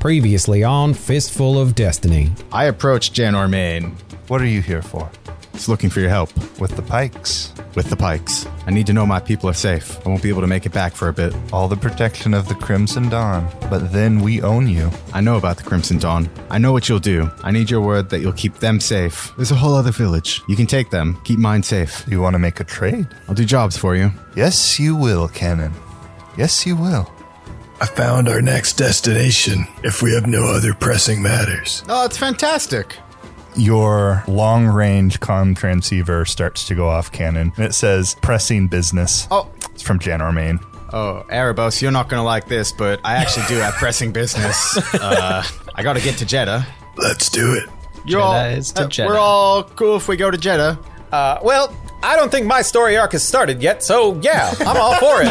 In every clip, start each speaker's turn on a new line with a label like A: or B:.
A: Previously on Fistful of Destiny.
B: I approached Jan Ormain.
C: What are you here for?
B: It's looking for your help
C: With the pikes?
B: with the pikes. I need to know my people are safe. I won't be able to make it back for a bit.
C: All the protection of the Crimson Dawn. But then we own you.
B: I know about the Crimson Dawn. I know what you'll do. I need your word that you'll keep them safe. There's a whole other village. You can take them. Keep mine safe.
C: You want to make a trade?
B: I'll do jobs for you.
C: Yes, you will, Cannon. Yes, you will.
D: I found our next destination if we have no other pressing matters.
B: Oh, it's fantastic.
C: Your long range comm transceiver starts to go off, Cannon. And it says pressing business.
B: Oh.
C: It's from Jan Ormain.
B: Oh, Erebos, you're not going to like this, but I actually do have pressing business. Uh, I got to get to Jeddah.
D: Let's do it.
B: You're uh,
E: Jeddah is to Jeddah.
B: We're all cool if we go to Jeddah.
E: Uh, well, I don't think my story arc has started yet, so yeah, I'm all for it.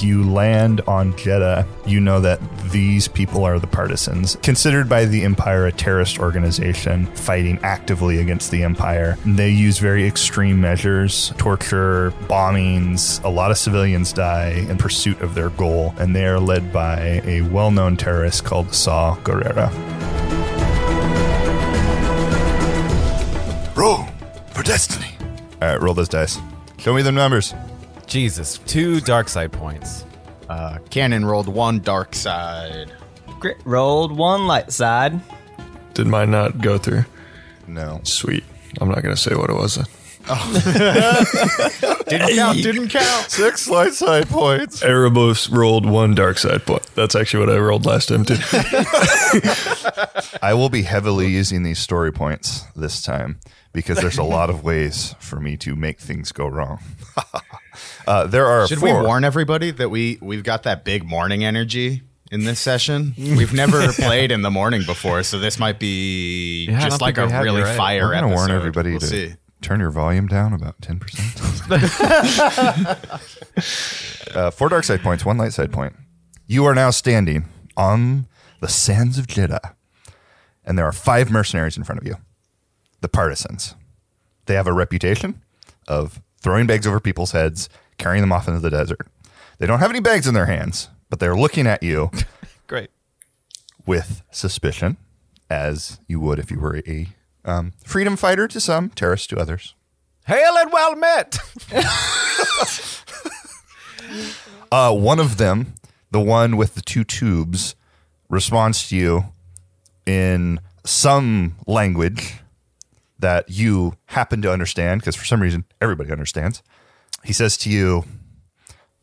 C: You land on Jeddah. You know that these people are the partisans, considered by the Empire a terrorist organization fighting actively against the Empire. They use very extreme measures torture, bombings. A lot of civilians die in pursuit of their goal, and they are led by a well known terrorist called Saw Guerrera.
D: Roll for destiny.
C: All right, roll those dice. Show me the numbers.
E: Jesus, two dark side points.
B: Uh, Cannon rolled one dark side.
F: Grit rolled one light side.
G: Did mine not go through?
C: No.
G: Sweet. I'm not going to say what it was.
B: Didn't count, didn't count.
C: Six light side points.
G: Erebos rolled one dark side point. That's actually what I rolled last time, too.
C: I will be heavily using these story points this time because there's a lot of ways for me to make things go wrong. uh, there are
B: Should we
C: four.
B: warn everybody that we we've got that big morning energy in this session? We've never played in the morning before, so this might be
E: I don't
B: just like
E: think
B: a
E: we have,
B: really
E: you're right.
B: fire
C: We're gonna
B: episode.
C: warn everybody
B: We'll
C: to
B: see.
C: turn your volume down about ten percent. uh, four dark side points, one light side point. You are now standing on the sands of Jeddah, and there are five mercenaries in front of you. The partisans. They have a reputation of throwing bags over people's heads, carrying them off into the desert. They don't have any bags in their hands, but they're looking at you
E: Great.
C: with suspicion, as you would if you were a um, freedom fighter to some, terrorist to others.
E: Hail and well met.
C: Uh, one of them, the one with the two tubes, responds to you in some language that you happen to understand, because for some reason everybody understands. He says to you,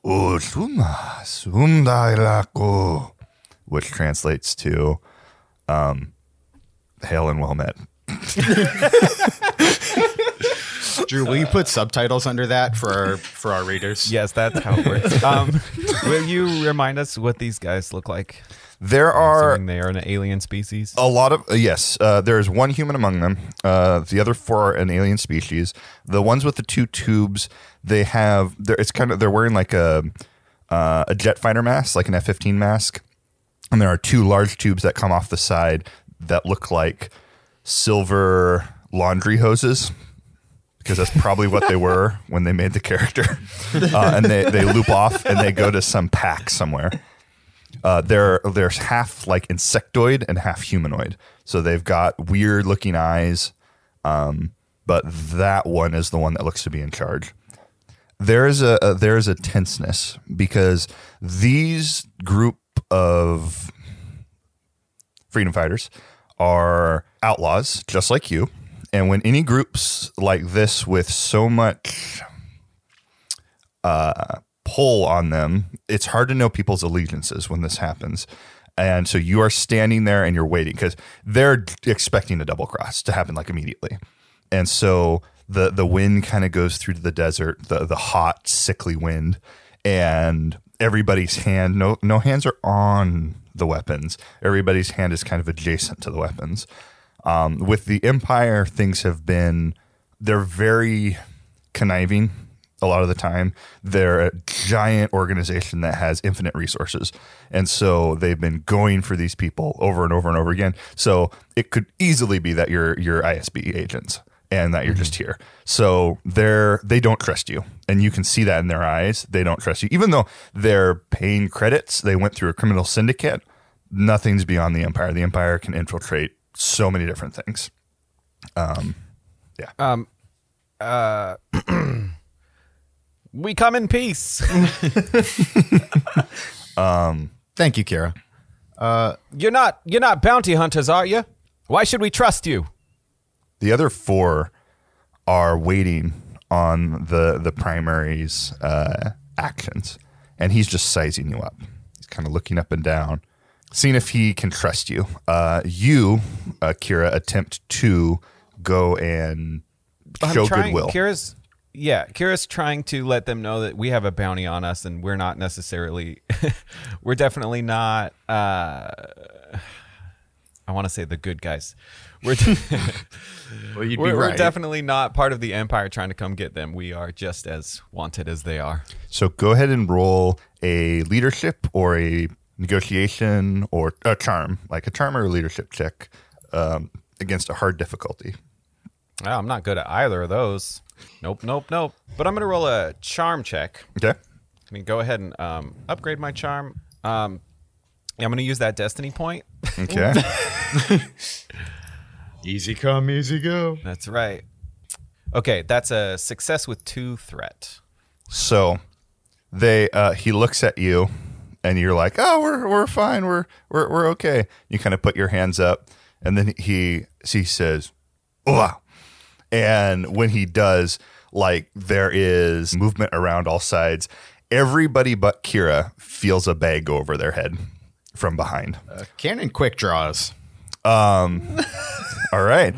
C: "Usuma sundailako," which translates to um, "Hail and well met."
B: Drew, will you put subtitles under that for our for our readers?
H: Yes, that's how it works. Um, will you remind us what these guys look like?
C: There are
H: Assuming they are an alien species.
C: A lot of uh, yes, uh, there is one human among them. Uh, the other four are an alien species. The ones with the two tubes, they have. They're, it's kind of they're wearing like a uh, a jet fighter mask, like an F fifteen mask, and there are two large tubes that come off the side that look like silver laundry hoses because that's probably what they were when they made the character. Uh, and they, they loop off and they go to some pack somewhere. Uh, they're they're half like insectoid and half humanoid, so they've got weird looking eyes. Um, but that one is the one that looks to be in charge. There is a, a there is a tenseness because these group of freedom fighters are outlaws just like you, and when any groups like this with so much pull on them. It's hard to know people's allegiances when this happens. And so you are standing there and you're waiting because they're expecting a double cross to happen like immediately. And so the the wind kind of goes through to the desert, the the hot, sickly wind, and everybody's hand no no hands are on the weapons. Everybody's hand is kind of adjacent to the weapons. Um, with the Empire, things have been they're very conniving a lot of the time. They're a giant organization that has infinite resources. And so they've been going for these people over and over and over again. So it could easily be that you're your ISB agents and that you're just
B: Mm-hmm.
C: here. So they're they don't trust you, and you can see that in their eyes. They don't trust you, even though they're paying credits. They went through a criminal syndicate. Nothing's beyond the empire. The empire can infiltrate so many different things.
H: We come in peace.
B: Thank you, Kira.
H: You're not you're not bounty hunters, are you? Why should we trust you?
C: The other four are waiting on the the primary's uh, actions, and he's just sizing you up. He's kind of looking up and down, seeing if he can trust you. Uh, you, uh, Kira, attempt to go and show
H: trying,
C: goodwill.
H: Kira's yeah, Kira's trying to let them know that we have a bounty on us and we're not necessarily we're definitely not uh I want to say the good guys. We're
B: Well, you'd
H: we're, we're definitely not part of the empire trying to come get them. We are just as wanted as they are.
C: so go ahead and roll a leadership or a negotiation or a charm, like a charm or a leadership check um, against a hard difficulty.
H: Oh, I'm not good at either of those. Nope, nope, nope. But I'm gonna roll a charm check.
C: Okay.
H: I mean, go ahead and um, upgrade my charm. Um, yeah, I'm gonna use that destiny point.
C: Okay.
B: Easy come, easy go.
H: That's right. Okay, that's a success with two threat.
C: So they uh, he looks at you and you're like, "Oh, we're we're fine. We're we're we're okay." You kind of put your hands up and then he he says, "Wow." And when he does, like there is movement around all sides. Everybody but Kira feels a bag go over their head from behind.
B: Cannon quick draws.
C: All right.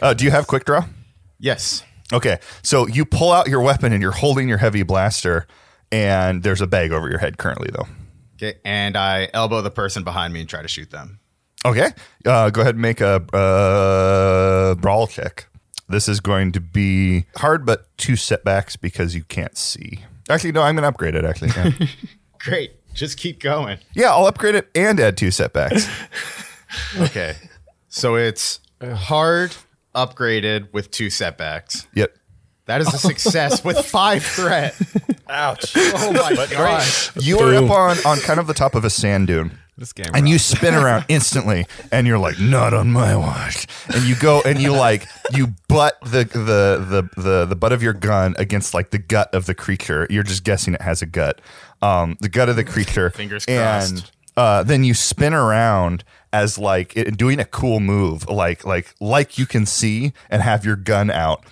C: uh, do you have quick draw?
B: Yes.
C: Okay, so you pull out your weapon and you're holding your heavy blaster, and there's a bag over your head currently, though.
B: Okay, and I elbow the person behind me and try to shoot them.
C: Okay. Uh, go ahead and make a uh, brawl check. This is going to be hard, but two setbacks because you can't see. Actually, no, I'm going to upgrade it, actually. Yeah.
B: Great. Just keep going.
C: yeah, I'll upgrade it and add two setbacks.
B: Okay. so it's hard upgraded with two setbacks.
C: Yep.
B: That is a success with five threat. Ouch. Oh my god.
C: You are up on, on kind of the top of a sand dune.
H: This game.
C: And you spin around instantly, and you're like, "Not on my watch!" And you go and you like you butt the the the the, the butt of your gun against like the gut of the creature. You're just guessing it has a gut. Um, the gut of the creature.
B: Fingers
C: And
B: crossed.
C: uh, then you spin around as like it, doing a cool move, like like like you can see and have your gun out.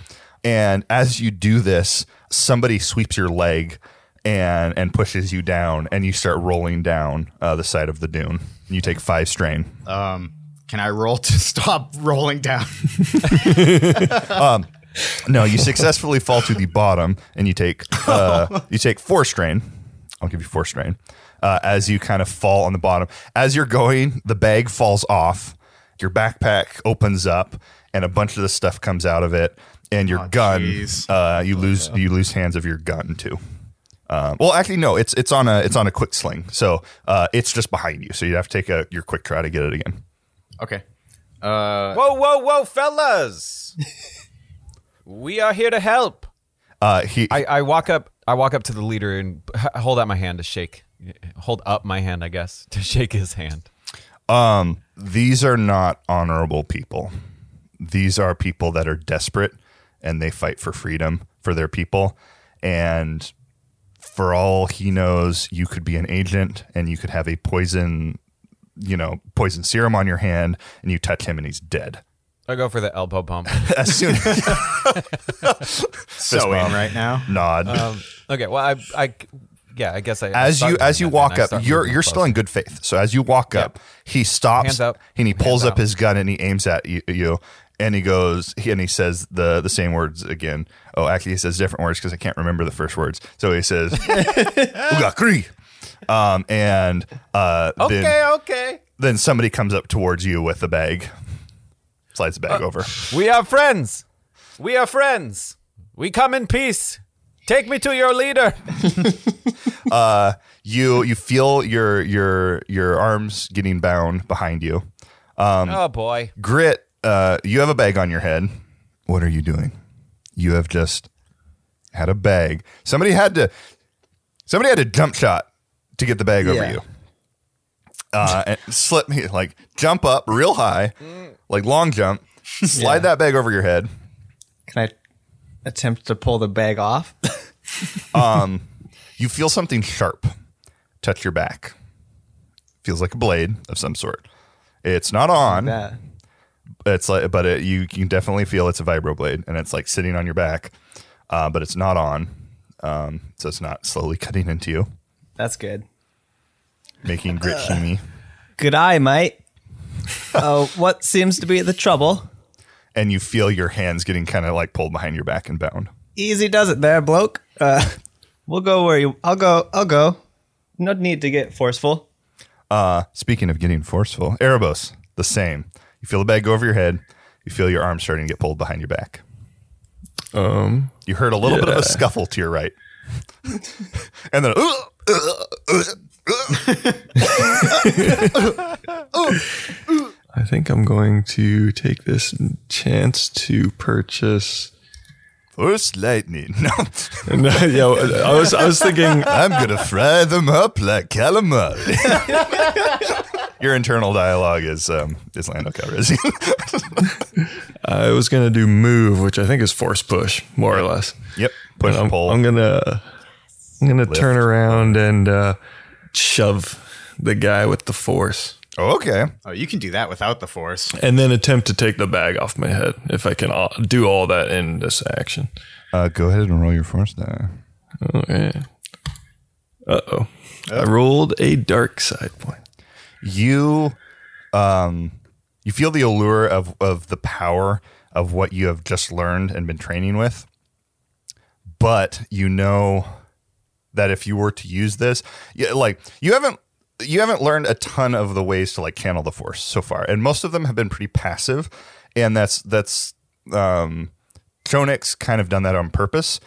C: And as you do this, somebody sweeps your leg and and pushes you down, and you start rolling down uh, the side of the dune. You take five strain.
B: Can I roll to stop rolling down?
C: No, you successfully fall to the bottom, and you take uh, you take four strain. I'll give you four strain uh, as you kind of fall on the bottom. As you're going, the bag falls off. Your backpack opens up, and a bunch of the stuff comes out of it. And your gun,
B: jeez.
C: uh, you lose you lose hands of your gun too. Um, well, actually, no. It's it's on a it's on a quick sling, so uh, it's just behind you. So you have to take a, your quick try to get it again.
B: Okay.
H: whoa, whoa, whoa, fellas! we are here to help.
C: Uh, he
H: I, I walk up. I walk up to the leader and h- hold out my hand to shake. Hold up my hand, I guess, to shake his hand.
C: Um, these are not honorable people. These are people that are desperate and they fight for freedom for their people. And for all he knows, you could be an agent and you could have a poison, you know, poison serum on your hand and you touch him and he's dead.
H: I go for the elbow bump.
C: As soon as
B: So in right now.
C: nod.
H: okay, well, I, I, yeah, I guess I. I
C: as
H: start
C: you
H: doing
C: as you
H: that, then.
C: walk
H: I
C: up,
H: start
C: you're
H: moving
C: you're
H: closer.
C: still in good faith. So as you walk up, he stops
H: Hands up.
C: and he pulls
H: Hands
C: up
H: out.
C: his gun and he aims at you, you and he goes he, and he says the the same words again. Oh, actually, he says different words because I can't remember the first words. So he says "Uga Kree." Um, and uh,
H: Okay,
C: then
H: okay.
C: then somebody comes up towards you with the bag, slides the
H: Uh,
C: bag over.
H: We are friends. We are friends. We come in peace. Take me to your leader.
C: You you feel your your your arms getting bound behind you.
H: oh boy.
C: Grit, uh, you have a bag on your head. What are you doing? You have just had a bag. Somebody had to. Somebody had a jump shot to get the bag over
F: Yeah.
C: you. Uh, and slip me like jump up real high, like long jump. Slide that bag over your head.
F: Can I attempt to pull the bag off?
C: You feel something sharp touch your back. Feels like a blade of some sort. It's not on.
F: yeah.
C: it's like but it, you can definitely feel it's a vibroblade and it's like sitting on your back uh, but it's not on um, so it's not slowly cutting into you
F: That's good.
C: making grit shimmy
F: Good eye, mate. Oh, what seems to be the trouble?
C: and you feel your hands getting kind of like pulled behind your back and bound
F: Easy does it there, bloke. Uh, we'll go where you. I'll go. I'll go. No need to get forceful.
C: speaking of getting forceful erebos the same you feel the bag go over your head you feel your arm starting to get pulled behind your back
G: Um,
C: you heard a little bit of a scuffle to your right and then
G: I think I'm going to take this chance to purchase.
C: first lightning no
G: No, yeah, I was I was thinking
C: I'm gonna fry them up like calamari. Your internal dialogue is um, is Lando Calrissian.
G: I was gonna do move, which I think is force push, more or less.
C: yep, push
G: I'm,
C: and pull.
G: I'm gonna I'm gonna turn around and uh, shove the guy with the force,
C: oh, okay,
B: Oh, you can do that without the force.
G: and then attempt to take the bag off my head if I can all, do all that in this action.
C: uh, go ahead and roll your force die.
G: Okay. Uh oh, I rolled a dark side point.
C: You, um, you feel the allure of of the power of what you have just learned and been training with, but you know that if you were to use this, yeah, like you haven't you haven't learned a ton of the ways to like channel the force so far, and most of them have been pretty passive, and that's that's um, Chonix kind of done that on purpose.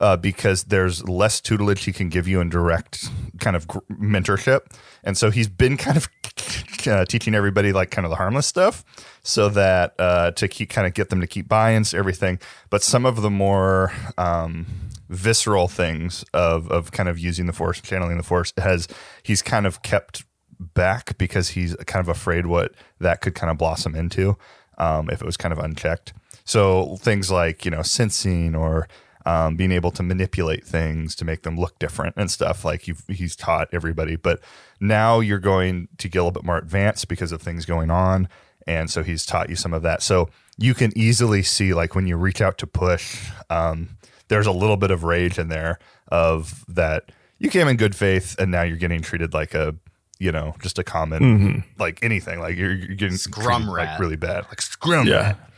C: Uh, because there's less tutelage he can give you in direct kind of gr- mentorship, and so he's been kind of uh, teaching everybody like kind of the harmless stuff, so that uh, to keep kind of get them to keep buy-ins, everything. But some of the more um, visceral things of of kind of using the force, channeling the force has he's kind of kept back because he's kind of afraid what that could kind of blossom into um, if it was kind of unchecked. So things like you know sensing or um, being able to manipulate things to make them look different and stuff like you've, he's taught everybody. But now you're going to get a little bit more advanced because of things going on and so he's taught you some of that so you can easily see like when you reach out to push um, there's a little bit of rage in there of that you came in good faith and now you're getting treated like a you know just a common like anything like you're, you're getting
B: Scrum
C: treated, like
B: rat.
C: really bad like scrum
G: Yeah,
C: rat.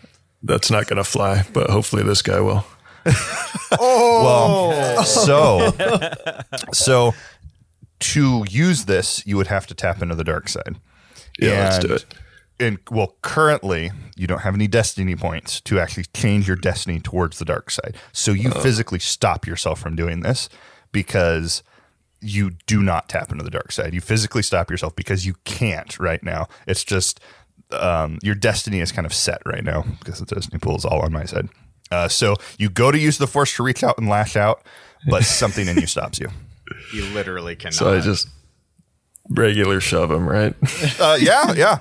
G: that's not gonna fly, but hopefully this guy will.
C: well so so to use this you would have to tap into the dark side
G: Yeah, let's
C: And-
G: do it.
C: and well, currently you don't have any destiny points to actually change your destiny towards the dark side. So you
G: Uh-huh.
C: physically stop yourself from doing this because you do not tap into the dark side. You physically stop yourself because you can't right now. It's just um, your destiny is kind of set right now because the destiny pool is all on my side. Uh, so you go to use the force to reach out and lash out, but something in you stops you.
B: You literally cannot.
G: So I just regular shove him, right?
C: Uh, yeah, yeah,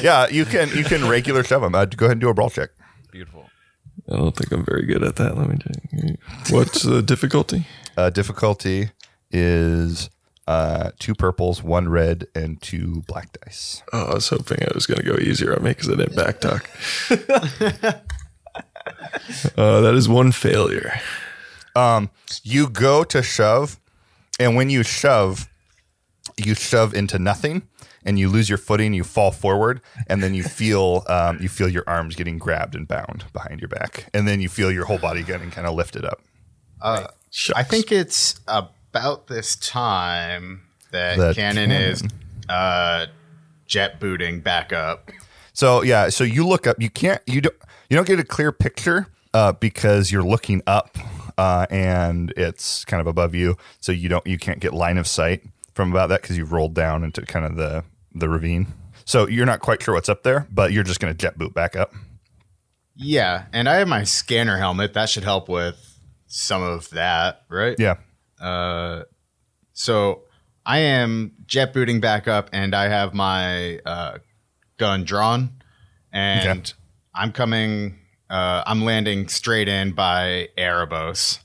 C: yeah. You can you can regular shove them. Uh, go ahead and do a brawl check.
H: Beautiful.
G: I don't think I'm very good at that. Let me check. What's the difficulty?
C: Uh, difficulty is uh, two purples, one red, and two black dice.
G: Oh, I was hoping it was going to go easier on me because I didn't back talk. uh, that is one failure.
C: You go to shove, and when you shove, you shove into nothing, and you lose your footing. You fall forward, and then you feel um, you feel your arms getting grabbed and bound behind your back, and then you feel your whole body getting kind of lifted up.
B: I think it's about this time that
C: That
B: Cannon is uh, jet booting back up.
C: So yeah, so you look up. You can't. You don't. You don't get a clear picture uh, because you're looking up, uh, and it's kind of above you. So you don't. You can't get line of sight from about that because you've rolled down into kind of the the ravine. So you're not quite sure what's up there, but you're just gonna jet boot back up.
B: Yeah, and I have my scanner helmet. That should help with some of that, right?
C: Yeah.
B: So I am jet booting back up, and I have my uh, gun drawn, and
C: Okay.
B: I'm coming. Uh, I'm landing straight in by Erebos.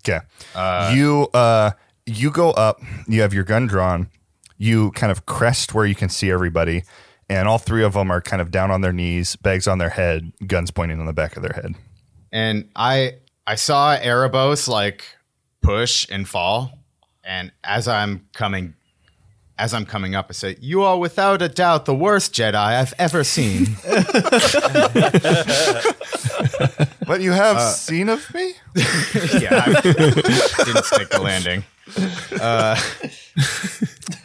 C: Okay. you uh you go up, you have your gun drawn, you kind of crest where you can see everybody, and all three of them are kind of down on their knees, bags on their head, guns pointing on the back of their head.
B: and I I saw Erebos like push and fall, and as I'm coming, as I'm coming up, I say, "You are without a doubt the worst Jedi I've ever seen."
C: But you have seen of me?
B: yeah, I didn't stick the landing. Uh,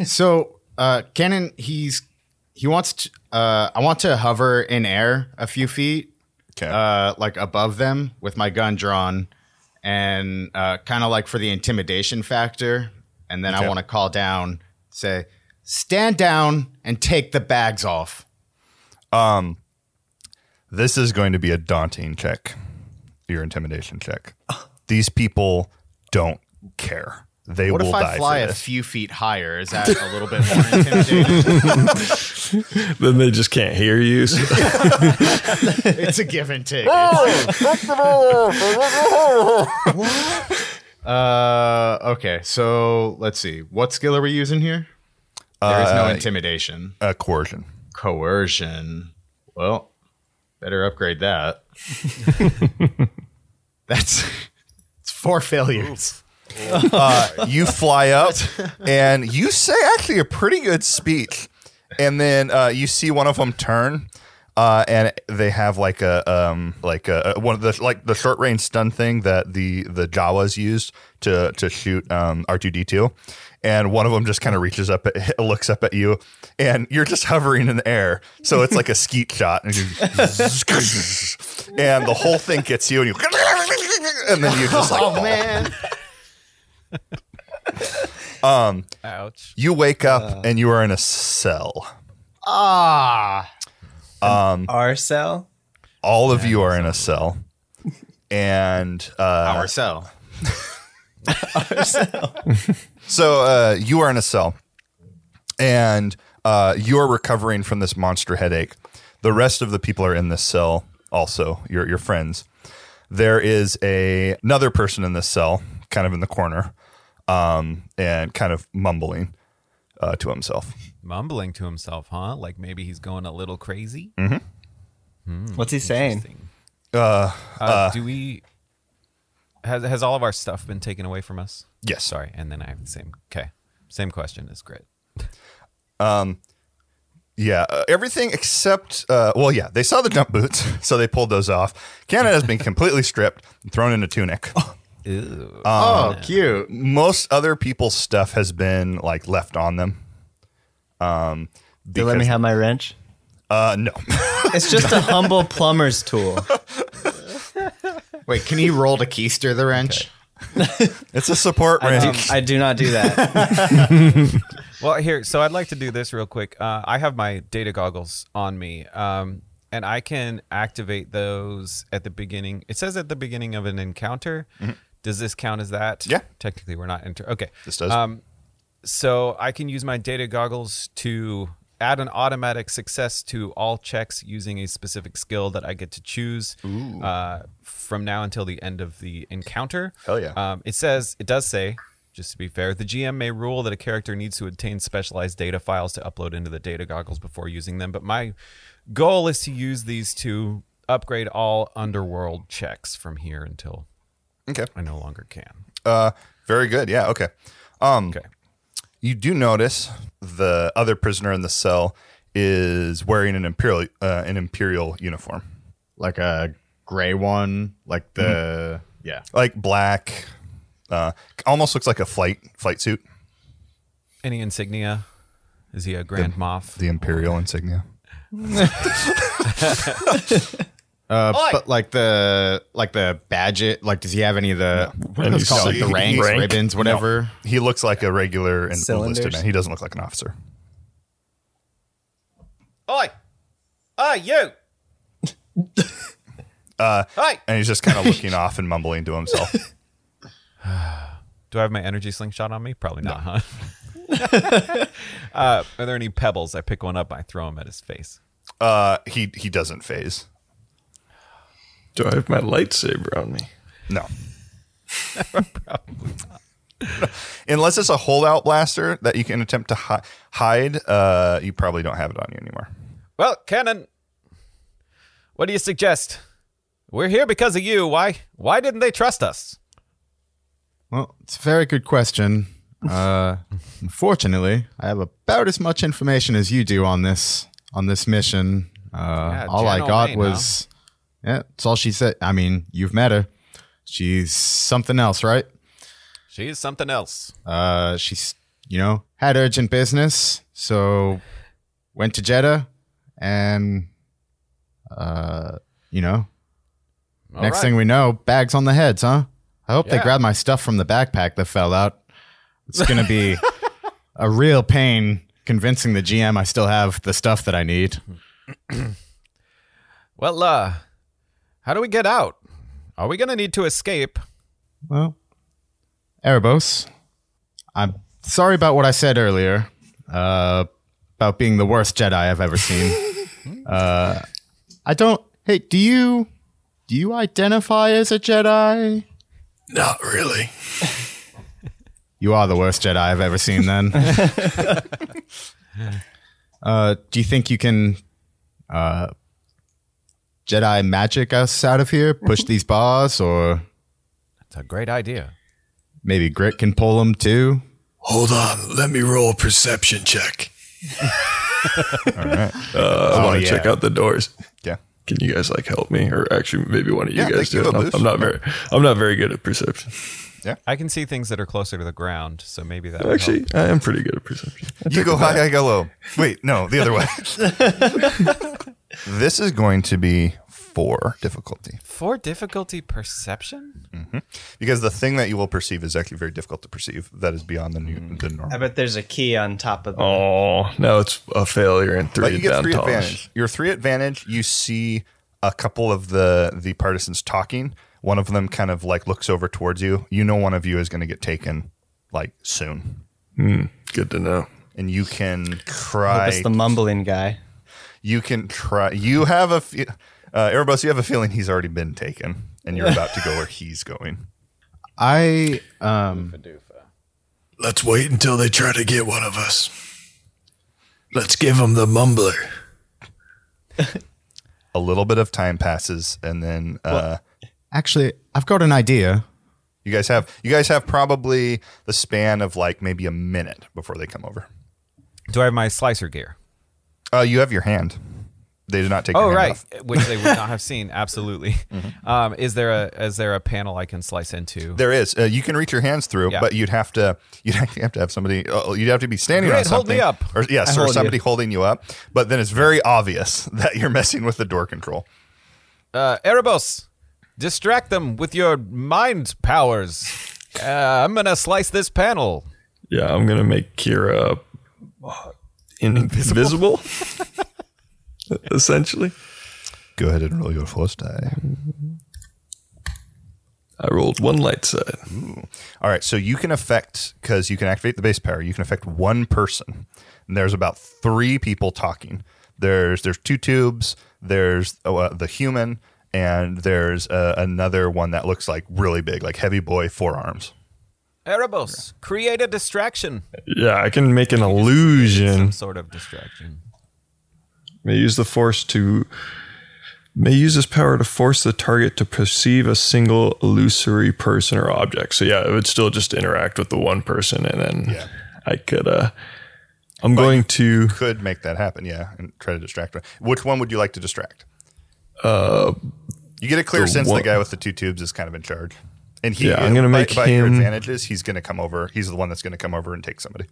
B: so, uh, Cannon, he's he wants to. Uh, I want to hover in air a few feet,
C: Okay.
B: uh, like above them with my gun drawn, and uh, kind of like for the intimidation factor. And then I
C: Okay.
B: want to call down, say, "Stand down and take the bags off."
C: This is going to be a daunting check, your intimidation check.
B: Uh.
C: These people don't care. They
B: What
C: will
B: if I
C: die
B: fly
C: for
B: a
C: this.
B: few feet higher? Is that a little bit more intimidating?
G: Then they just can't hear you. So
B: it's a give and take. Uh, okay. So let's see. What skill are we using here? There is no intimidation.
C: uh, coercion.
B: Coercion. Well, better upgrade that. That's it's four failures.
C: you fly up and you say actually a pretty good speech and then uh, you see one of them turn uh, and they have like a um, like a one of the like the short range stun thing that the the Jawas used to to shoot um, R two D two, and one of them just kind of reaches up, at, looks up at you, and you're just hovering in the air, so it's like a skeet shot, and, you- and the whole thing gets you, and you, and then you just like fall.
B: Man,
H: Ouch.
C: You wake up and you are in a cell.
B: ah,
F: Our cell?
C: All of you are in a cell. And uh,
B: our cell.
C: so uh, you are in a cell. And uh, you're recovering from this monster headache. The rest of the people are in this cell also, your, your friends. There is a, another person in this cell, kind of in the corner, um, and kind of mumbling uh, to himself.
H: Mumbling to himself, huh? Like maybe he's going a little crazy.
C: Mm-hmm.
F: What's he saying?
H: Interesting. Uh, do we has has all of our stuff been taken away from us?
C: Yes.
H: Sorry, and then I have the same. Okay, same question is great.
C: Yeah, uh, everything except uh, well, yeah, they saw the jump boots, so they pulled those off. Canada has been completely stripped and thrown in a tunic.
H: Ew.
B: Oh, cute.
C: Most other people's stuff has been like left on them. Um,
F: They let me
C: because-
F: have my wrench?
C: Uh, no,
F: It's just a humble plumber's tool.
B: Wait, can he roll to keister the wrench?
C: it's a support
F: I do,
C: wrench.
F: I do not do that.
H: Well, here, so I'd like to do this real quick. Uh, I have my data goggles on me, um, and I can activate those at the beginning. It says at the beginning of an encounter. Does this count as that?
C: Mm-hmm. Yeah.
H: Technically, we're not enter. Okay.
C: This does.
H: Um, so I can use my data goggles to add an automatic success to all checks using a specific skill that I get to choose uh, from now until the end of the encounter.
C: Hell yeah.
H: Um, it says, it does say, just to be fair, the GM may rule that a character needs to obtain specialized data files to upload into the data goggles before using them. But my goal is to use these to upgrade all underworld checks from here until
C: okay,
H: I no longer can.
C: uh, very good. Yeah, okay. Um,
H: Okay.
C: you do notice the other prisoner in the cell is wearing an imperial uh, an imperial uniform,
B: Like a gray one, like the yeah.
C: like black. Uh, almost looks like a flight flight suit.
H: Any insignia? Is he a Grand Moff?
C: The imperial insignia.
B: Uh, but like the like the badge, like does he have any of the what are
G: Any
B: those called? Like the
G: silly
B: ranks,
G: rank?
B: ribbons, whatever.
C: He looks like a regular and enlisted
F: Cylinders.
C: man. He doesn't look like an officer.
H: Ah, Oi! Oi, you!
C: Uh,
E: Hi.
C: And he's just kind of looking off and mumbling to himself.
H: Do I have my energy slingshot on me? Probably not, huh? uh, are there any pebbles? I pick one up. I throw them at his face.
C: Uh, he he doesn't phase.
G: Do I have my lightsaber on me?
C: No. Unless it's a holdout blaster that you can attempt to hi- hide, uh, you probably don't have it on you anymore.
H: Well, Cannon, what do you suggest? We're here because of you. Why? Why didn't they trust us?
B: Well, it's a very good question. Uh, unfortunately, I have about as much information as you do on this on this mission. Uh,
H: Yeah,
B: all I
H: Jan
B: got
H: O'Main,
B: was, yeah, it's all she said. I mean, you've met her. She's something else, right?
H: She's something else.
B: Uh, she's, you know, had urgent business, so went to Jeddah, and, uh, you know,
H: All
B: Next
H: right.
B: thing we know, bags on the heads, huh? I hope
H: Yeah.
B: they grab my stuff from the backpack that fell out. It's going to be a real pain convincing the GM I still have the stuff that I need.
H: Well, uh, how do we get out? Are we gonna need to escape?
B: Well, Erebos, I'm sorry about what I said earlier uh, about being the worst Jedi I've ever seen. uh, I don't. Hey, do you do you identify as a Jedi?
D: Not really.
B: You are the worst Jedi I've ever seen, then. uh, do you think you can uh, Jedi magic us out of here? Push these bars? Or
H: It's a great idea.
B: maybe Grit can pull them too?
D: Hold on. Let me roll a perception check.
G: Uh,
C: Oh,
G: I want to
B: yeah.
G: check out the doors.
C: Yeah.
G: Can you guys like help me, or actually maybe one of you
C: Yeah,
G: guys
C: they
G: do?
C: give
G: it.
C: a
G: I'm,
C: boost.
G: I'm not very. I'm not very good at perception.
H: I can see things that are closer to the ground, so maybe that would
G: Actually, I am pretty good at perception.
C: You go high, I go low. Wait, no, the other way. this is going to be four difficulty
H: help. for difficulty perception.
C: because the thing that you will perceive is actually very difficult to perceive. That is beyond the new the norm.
F: I bet there's a key on top of the
G: Oh, now it's a failure and three
C: But you get
G: down
C: three
G: toss.
C: advantage. Your three advantage. You see a couple of the the partisans talking. One of them kind of like looks over towards you. You know, one of you is going to get taken like soon,
G: Good to know.
C: and you can
F: I
C: cry.
F: hope it's the mumbling guy.
C: you can try. You have a fe- uh, Erebus. You have a feeling he's already been taken, and you're about to go where he's going.
B: I um,
D: Let's wait until they try to get one of us. Let's give them the mumbler.
C: A little bit of time passes, and then uh,
B: actually, I've got an idea.
C: you guys have you guys have probably the span of like maybe a minute before they come over.
H: Do I have my slicer gear?
C: Uh, you have your hand. They did not take.
H: Oh
C: your hand
H: right,
C: off.
H: which they would not have seen. Absolutely. Um, is there a is there a panel I can slice into?
C: There is. Uh, you can reach your hands through,
H: Yeah.
C: but you'd have to you'd actually have to have somebody. Uh, you'd have to be standing on
H: Great, hold
C: something.
H: me up.
C: Or yes,
F: hold
C: or
F: you.
C: somebody holding you up. But then it's very obvious that you're messing with the door control.
H: Uh, Erebos, distract them with your mind powers. Uh, I'm gonna slice this panel.
G: Yeah, I'm gonna make Kira uh, invisible, essentially.
C: Go ahead and roll your force die.
G: I rolled one light side.
C: All right, so you can affect because you can activate the base power. You can affect one person. And there's about three people talking. There's there's two tubes. There's uh, the human, and there's uh, another one that looks like really big, like heavy boy forearms.
H: Erebos, create a distraction.
G: Yeah, I can make an
H: Some
G: illusion.
H: sort of distraction.
G: May use the force to. May use this power to force the target to perceive a single illusory person or object. So yeah, it would still just interact with the one person, and then
C: Yeah.
G: I could. uh I'm going to.
C: Could make that happen, yeah, and try to distract. her. Which one would you like to distract? Uh, you get a clear
G: the
C: sense
G: one-
C: the guy with the two tubes is kind of in charge, and he.
G: Yeah, I'm gonna
C: by-
G: make
C: by your
G: him-
C: advantages. He's going to come over. He's the one that's going to come over and take somebody.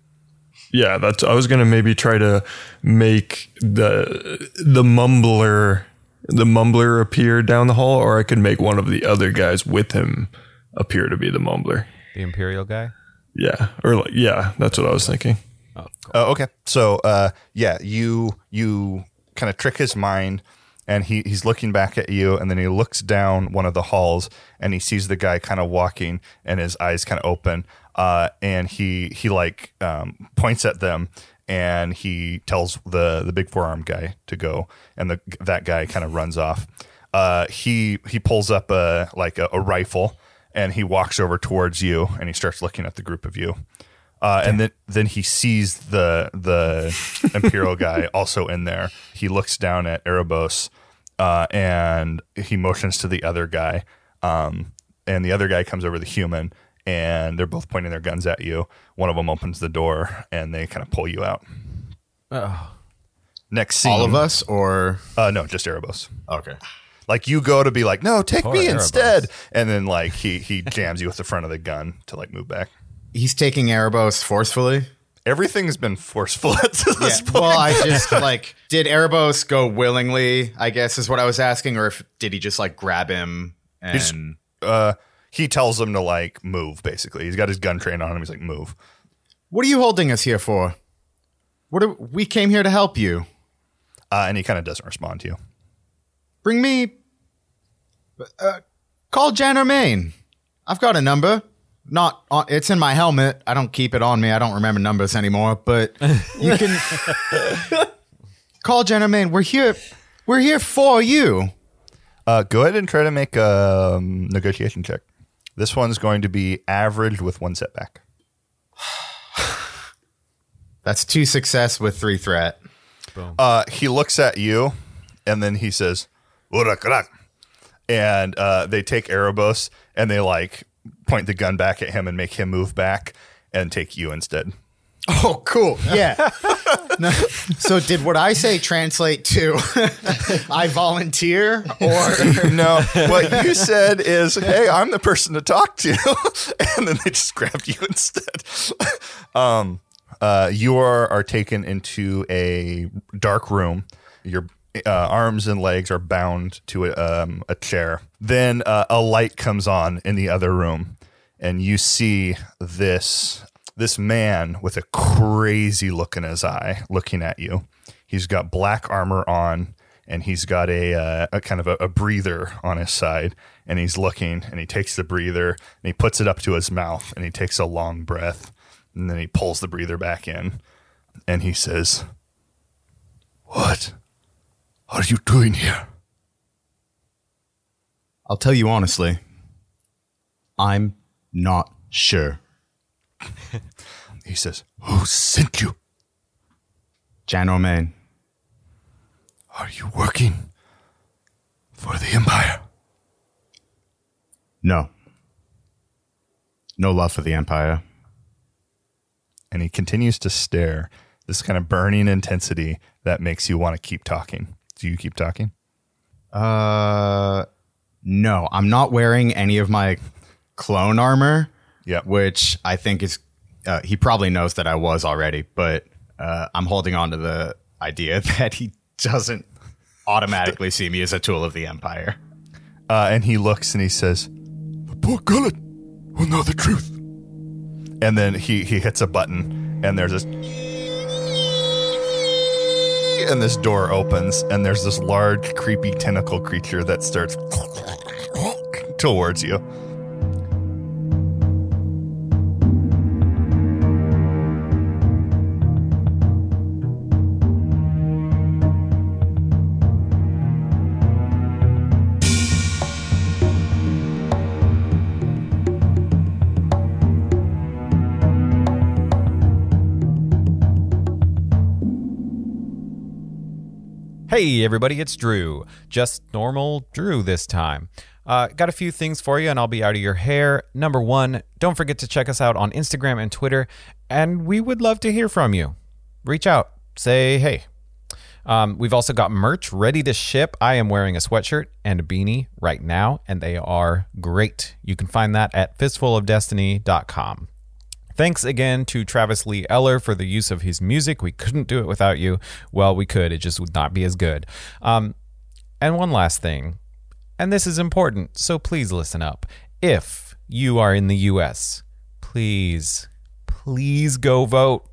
G: Yeah, that's. I was gonna maybe try to make the the mumbler the mumbler appear down the hall, or I could make one of the other guys with him appear to be the mumbler.
H: The Imperial guy.
G: Yeah, or like yeah, that's what I was thinking.
C: Oh, okay. So, uh, yeah, you you kind of trick his mind. and he, he's looking back at you and then he looks down one of the halls and he sees the guy kind of walking and his eyes kind of open uh, and he he like um, points at them and he tells the the big forearm guy to go and the that guy kind of runs off uh, he he pulls up a like a, a rifle and he walks over towards you and he starts looking at the group of you uh, and then then he sees the the imperial guy also in there. He looks down at Erebos, uh, and he motions to the other guy. Um, and the other guy comes over the human, and they're both pointing their guns at you. One of them opens the door, and they kind of pull you out. Next scene,
B: Oh. All of us or
C: Uh, no, just Erebos.
B: okay.
C: Like you go to be like, no, take me
H: Erebos.
C: instead, and then like he he jams you with the front of the gun to like move back.
B: He's taking Erebos forcefully.
C: Everything's been forceful at
B: Yeah,
C: this point.
B: Well, I just like did Erebos go willingly? I guess is what I was asking, or if did he just like grab him and
C: just- uh, he tells him to like move. Basically, he's got his gun trained on him. He's like, move.
B: what are you holding us here for? What are, we came here to help you.
C: Uh, and he kind of doesn't respond to you.
B: Bring me. Uh, call Jan Main. I've got a number. Not on, it's in my helmet. I don't keep it on me. I don't remember numbers anymore. But you can call Jan Main. We're here. We're here for you.
C: Uh, go ahead and try to make a um, negotiation check. This one's going to be averaged with one setback.
B: That's two success with three threat.
C: Uh, he looks at you, and then he says, "Urak, urak." and uh, they take Erebos and they like point the gun back at him and make him move back and take you instead.
B: Oh, cool. Yeah. No. So did what I say translate to I volunteer or
C: No, what you said is, "Hey, I'm the person to talk to," and then they just grabbed you instead. um, uh, you are are taken into a dark room. Your uh, arms and legs are bound to a, um, a chair. Then uh, a light comes on in the other room, and you see this this man with a crazy look in his eye, looking at you. He's got black armor on and he's got a, uh, a kind of a, a breather on his side and he's looking and he takes the breather and he puts it up to his mouth and he takes a long breath and then he pulls the breather back in and he says what are you doing here
B: I'll tell you honestly. I'm not sure.
C: he says who sent you
B: Jan Romain.
C: are you working for the empire
B: No. No love for the Empire.
C: and he continues to stare this kind of burning intensity that makes you want to keep talking do you keep talking
B: Uh no, I'm not wearing any of my clone armor.
C: Yep.
B: Which I think is uh, he probably knows that I was already, but uh, I'm holding on to the idea that he doesn't automatically see me as a tool of the empire.
C: Uh, and he looks and he says, "The poor gullet will know the truth." And then he he hits a button, and there's this, and this door opens, and there's this large, creepy tentacle creature that starts towards you.
H: Hey, everybody, it's Drew. Just normal Drew this time. Uh, got a few things for you, and I'll be out of your hair. Number one, don't forget to check us out on Instagram and Twitter, and we would love to hear from you. Reach out, say hey. Um, we've also got merch ready to ship. I am wearing a sweatshirt and a beanie right now, and they are great. You can find that at fistfulofdestiny.com. Thanks again to Travis Lee Eller for the use of his music. We couldn't do it without you. Well, we could, it just would not be as good. Um, and one last thing, and this is important, so please listen up. If you are in the US, please, please go vote.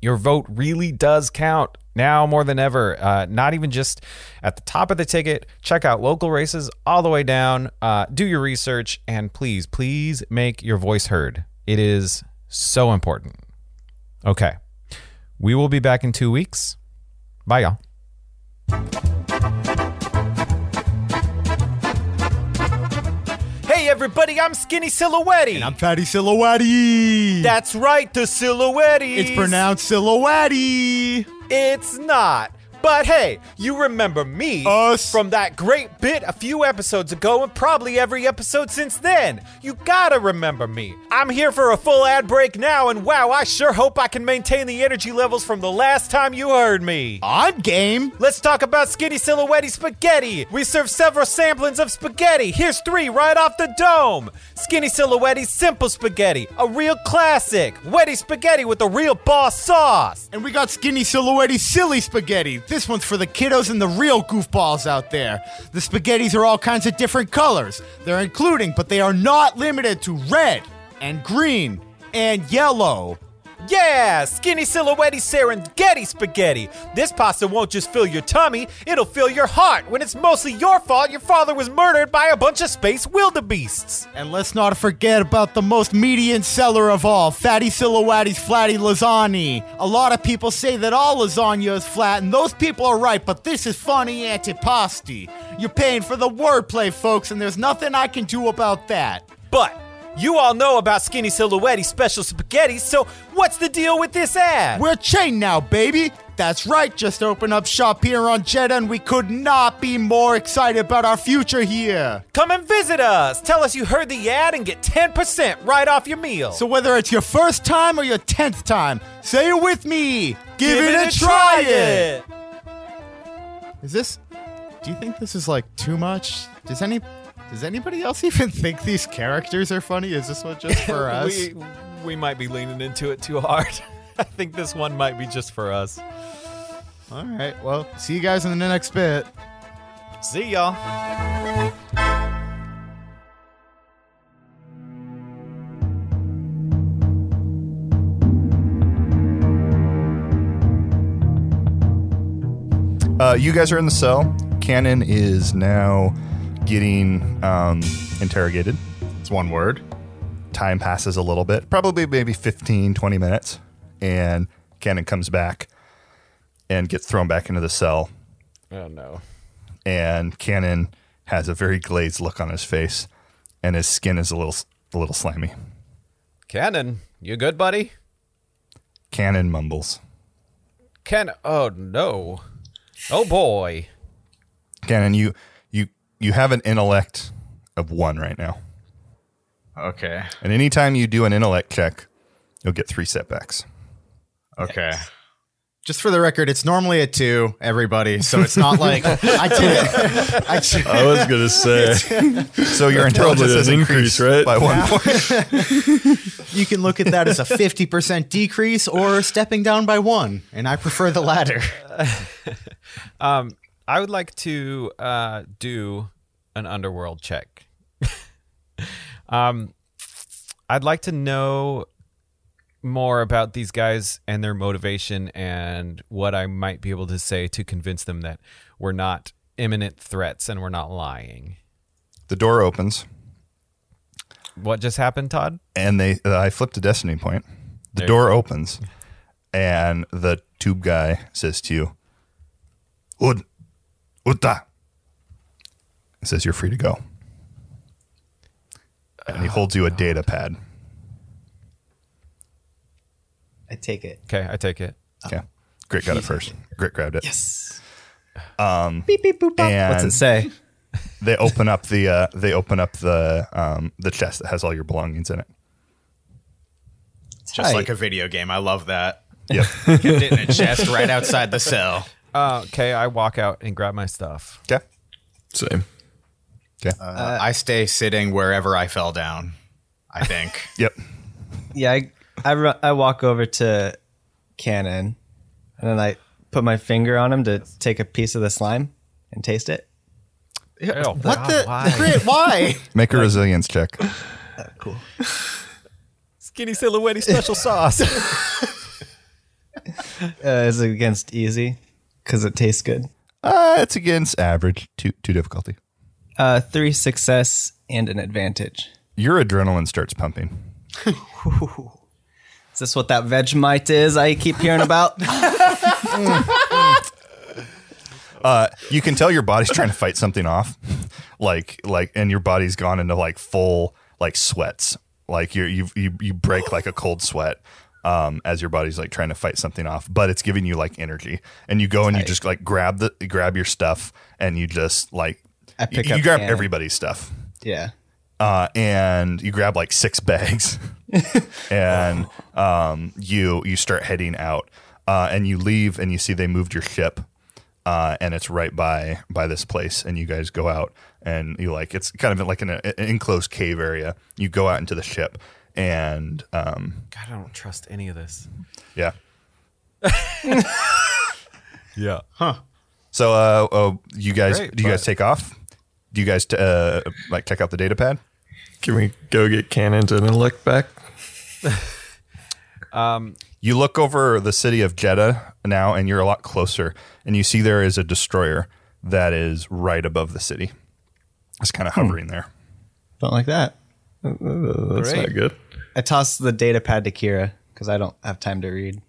H: Your vote really does count now more than ever. Uh, not even just at the top of the ticket. Check out local races all the way down. Uh, do your research and please, please make your voice heard. It is so important. Okay. We will be back in two weeks. Bye, y'all. Hey, everybody, I'm Skinny Silhouette.
B: I'm Patty Silhouette.
H: That's right, the Silhouette.
B: It's pronounced Silhouette.
H: It's not. But hey, you remember me
B: Us.
H: from that great bit a few episodes ago, and probably every episode since then. You gotta remember me. I'm here for a full ad break now, and wow, I sure hope I can maintain the energy levels from the last time you heard me.
B: I'm game.
H: Let's talk about Skinny Silhouette Spaghetti. We serve several samplings of spaghetti. Here's three right off the dome. Skinny Silhouette Simple Spaghetti, a real classic. Wetty Spaghetti with a real boss sauce.
B: And we got skinny silhouette silly spaghetti. This one's for the kiddos and the real goofballs out there. The spaghettis are all kinds of different colors. They're including, but they are not limited to red and green and yellow.
H: Yeah, Skinny Silhouette Serengeti Spaghetti. This pasta won't just fill your tummy, it'll fill your heart when it's mostly your fault your father was murdered by a bunch of space wildebeests.
B: And let's not forget about the most median seller of all, Fatty Silhouette's Flatty Lasagne. A lot of people say that all lasagna is flat, and those people are right, but this is funny antipasti. You're paying for the wordplay, folks, and there's nothing I can do about that.
H: But you all know about Skinny Silhouette Special Spaghetti, so what's the deal with this ad?
B: We're chained now, baby! That's right, just open up shop here on Jeddah, and we could not be more excited about our future here.
H: Come and visit us. Tell us you heard the ad and get 10% right off your meal.
B: So, whether it's your first time or your tenth time, say it with me give, it, a, try, it. Is this? Do you think this is like too much? Does any? Does anybody else even think these characters are funny? Is this one just for us?
H: We, we might be leaning into it too hard. I think this one might be just for us.
B: All right. Well, see you guys in the next bit.
H: See y'all.
C: Uh, you guys are in the cell. Cannon is now getting um, interrogated.
B: It's one word.
C: Time passes a little bit, probably maybe 15, 20 minutes. And Cannon comes back and gets thrown back into the cell.
H: Oh no.
C: And Cannon has a very glazed look on his face, and his skin is a little, a little slimy.
H: Cannon, you good, buddy?
C: Cannon mumbles.
H: Ken, oh no. Oh boy.
C: Cannon, you, you, you have an intellect of one right now.
B: Okay.
C: And anytime you do an intellect check, you'll get three setbacks.
B: Okay. Just for the record, it's normally a two, everybody. So it's not like I did it. I did-
G: I was gonna say
C: So your intelligence
G: probably
C: has
G: an
C: increased
G: increase, right?
C: by one point.
B: you can look at that as a 50% decrease or stepping down by one. And I prefer the latter.
H: Um, I would like to uh, do an underworld check. um, I'd like to know more about these guys and their motivation and what I might be able to say to convince them that we're not imminent threats and we're not lying.
C: The door opens,
H: What just happened, Todd?
C: and they uh, I flipped a destiny point. The door opens, and the tube guy says to you, "Ud, uta." It says you're free to go, and he holds you a data pad.
F: I take it.
H: Okay, I take it.
C: Okay, Grit got it first. Grit grabbed it.
F: Yes.
C: beep beep boop. And
F: What's it say?
C: they open up the uh, they open up the um, the chest that has all your belongings in it.
B: Just
F: Tight.
B: like a video game. I love that.
C: Yep.
B: Kept it in a chest right outside the cell.
H: Uh, okay, I walk out and grab my stuff.
C: okay.
G: same.
C: Okay.
B: Uh, I stay sitting wherever I fell down, I think.
C: yep.
F: Yeah, I, I, ru- I walk over to Cannon and then I put my finger on him to take a piece of the slime and taste it.
H: Oh,
B: what
H: God,
B: the?
H: why?
B: Grit, why?
C: Make a resilience check.
H: Skinny silhouette special sauce.
F: Uh, is against easy because it tastes good.
C: Uh, it's against average, two two difficulty.
F: Uh, three success and an advantage.
C: Your adrenaline starts pumping.
F: Is this what that Vegemite is I keep hearing about?
C: Uh, You can tell your body's trying to fight something off, like like, and your body's gone into like full like sweats. Like you you you you break like a cold sweat. Um, as your body's like trying to fight something off, but it's giving you like energy, and you go and you just like grab the grab your stuff, and you just like
F: I pick
C: you, you
F: up
C: grab
F: Anna.
C: everybody's stuff.
F: yeah.
C: uh, and you grab like six bags, and um, you you start heading out, uh, and you leave, and you see they moved your ship, uh, and it's right by by this place, and you guys go out, and you like it's kind of like an, an enclosed cave area. You go out into the ship, and um,
H: God, I don't trust any of this.
C: yeah,
H: Yeah.
C: so uh, oh, you guys
H: Great,
C: do you guys
H: but-
C: take off? Do you guys t- uh, like check out the data pad?
G: Can we go get cannons and elect back?
C: You look over the city of Jeddah now, and you're a lot closer, and you see there is a destroyer that is right above the city. It's kind of
H: Hmm.
C: hovering there.
F: Don't like that.
G: Uh, that's
H: Great.
G: not good.
F: I toss the data pad to Kira because I don't have time to read.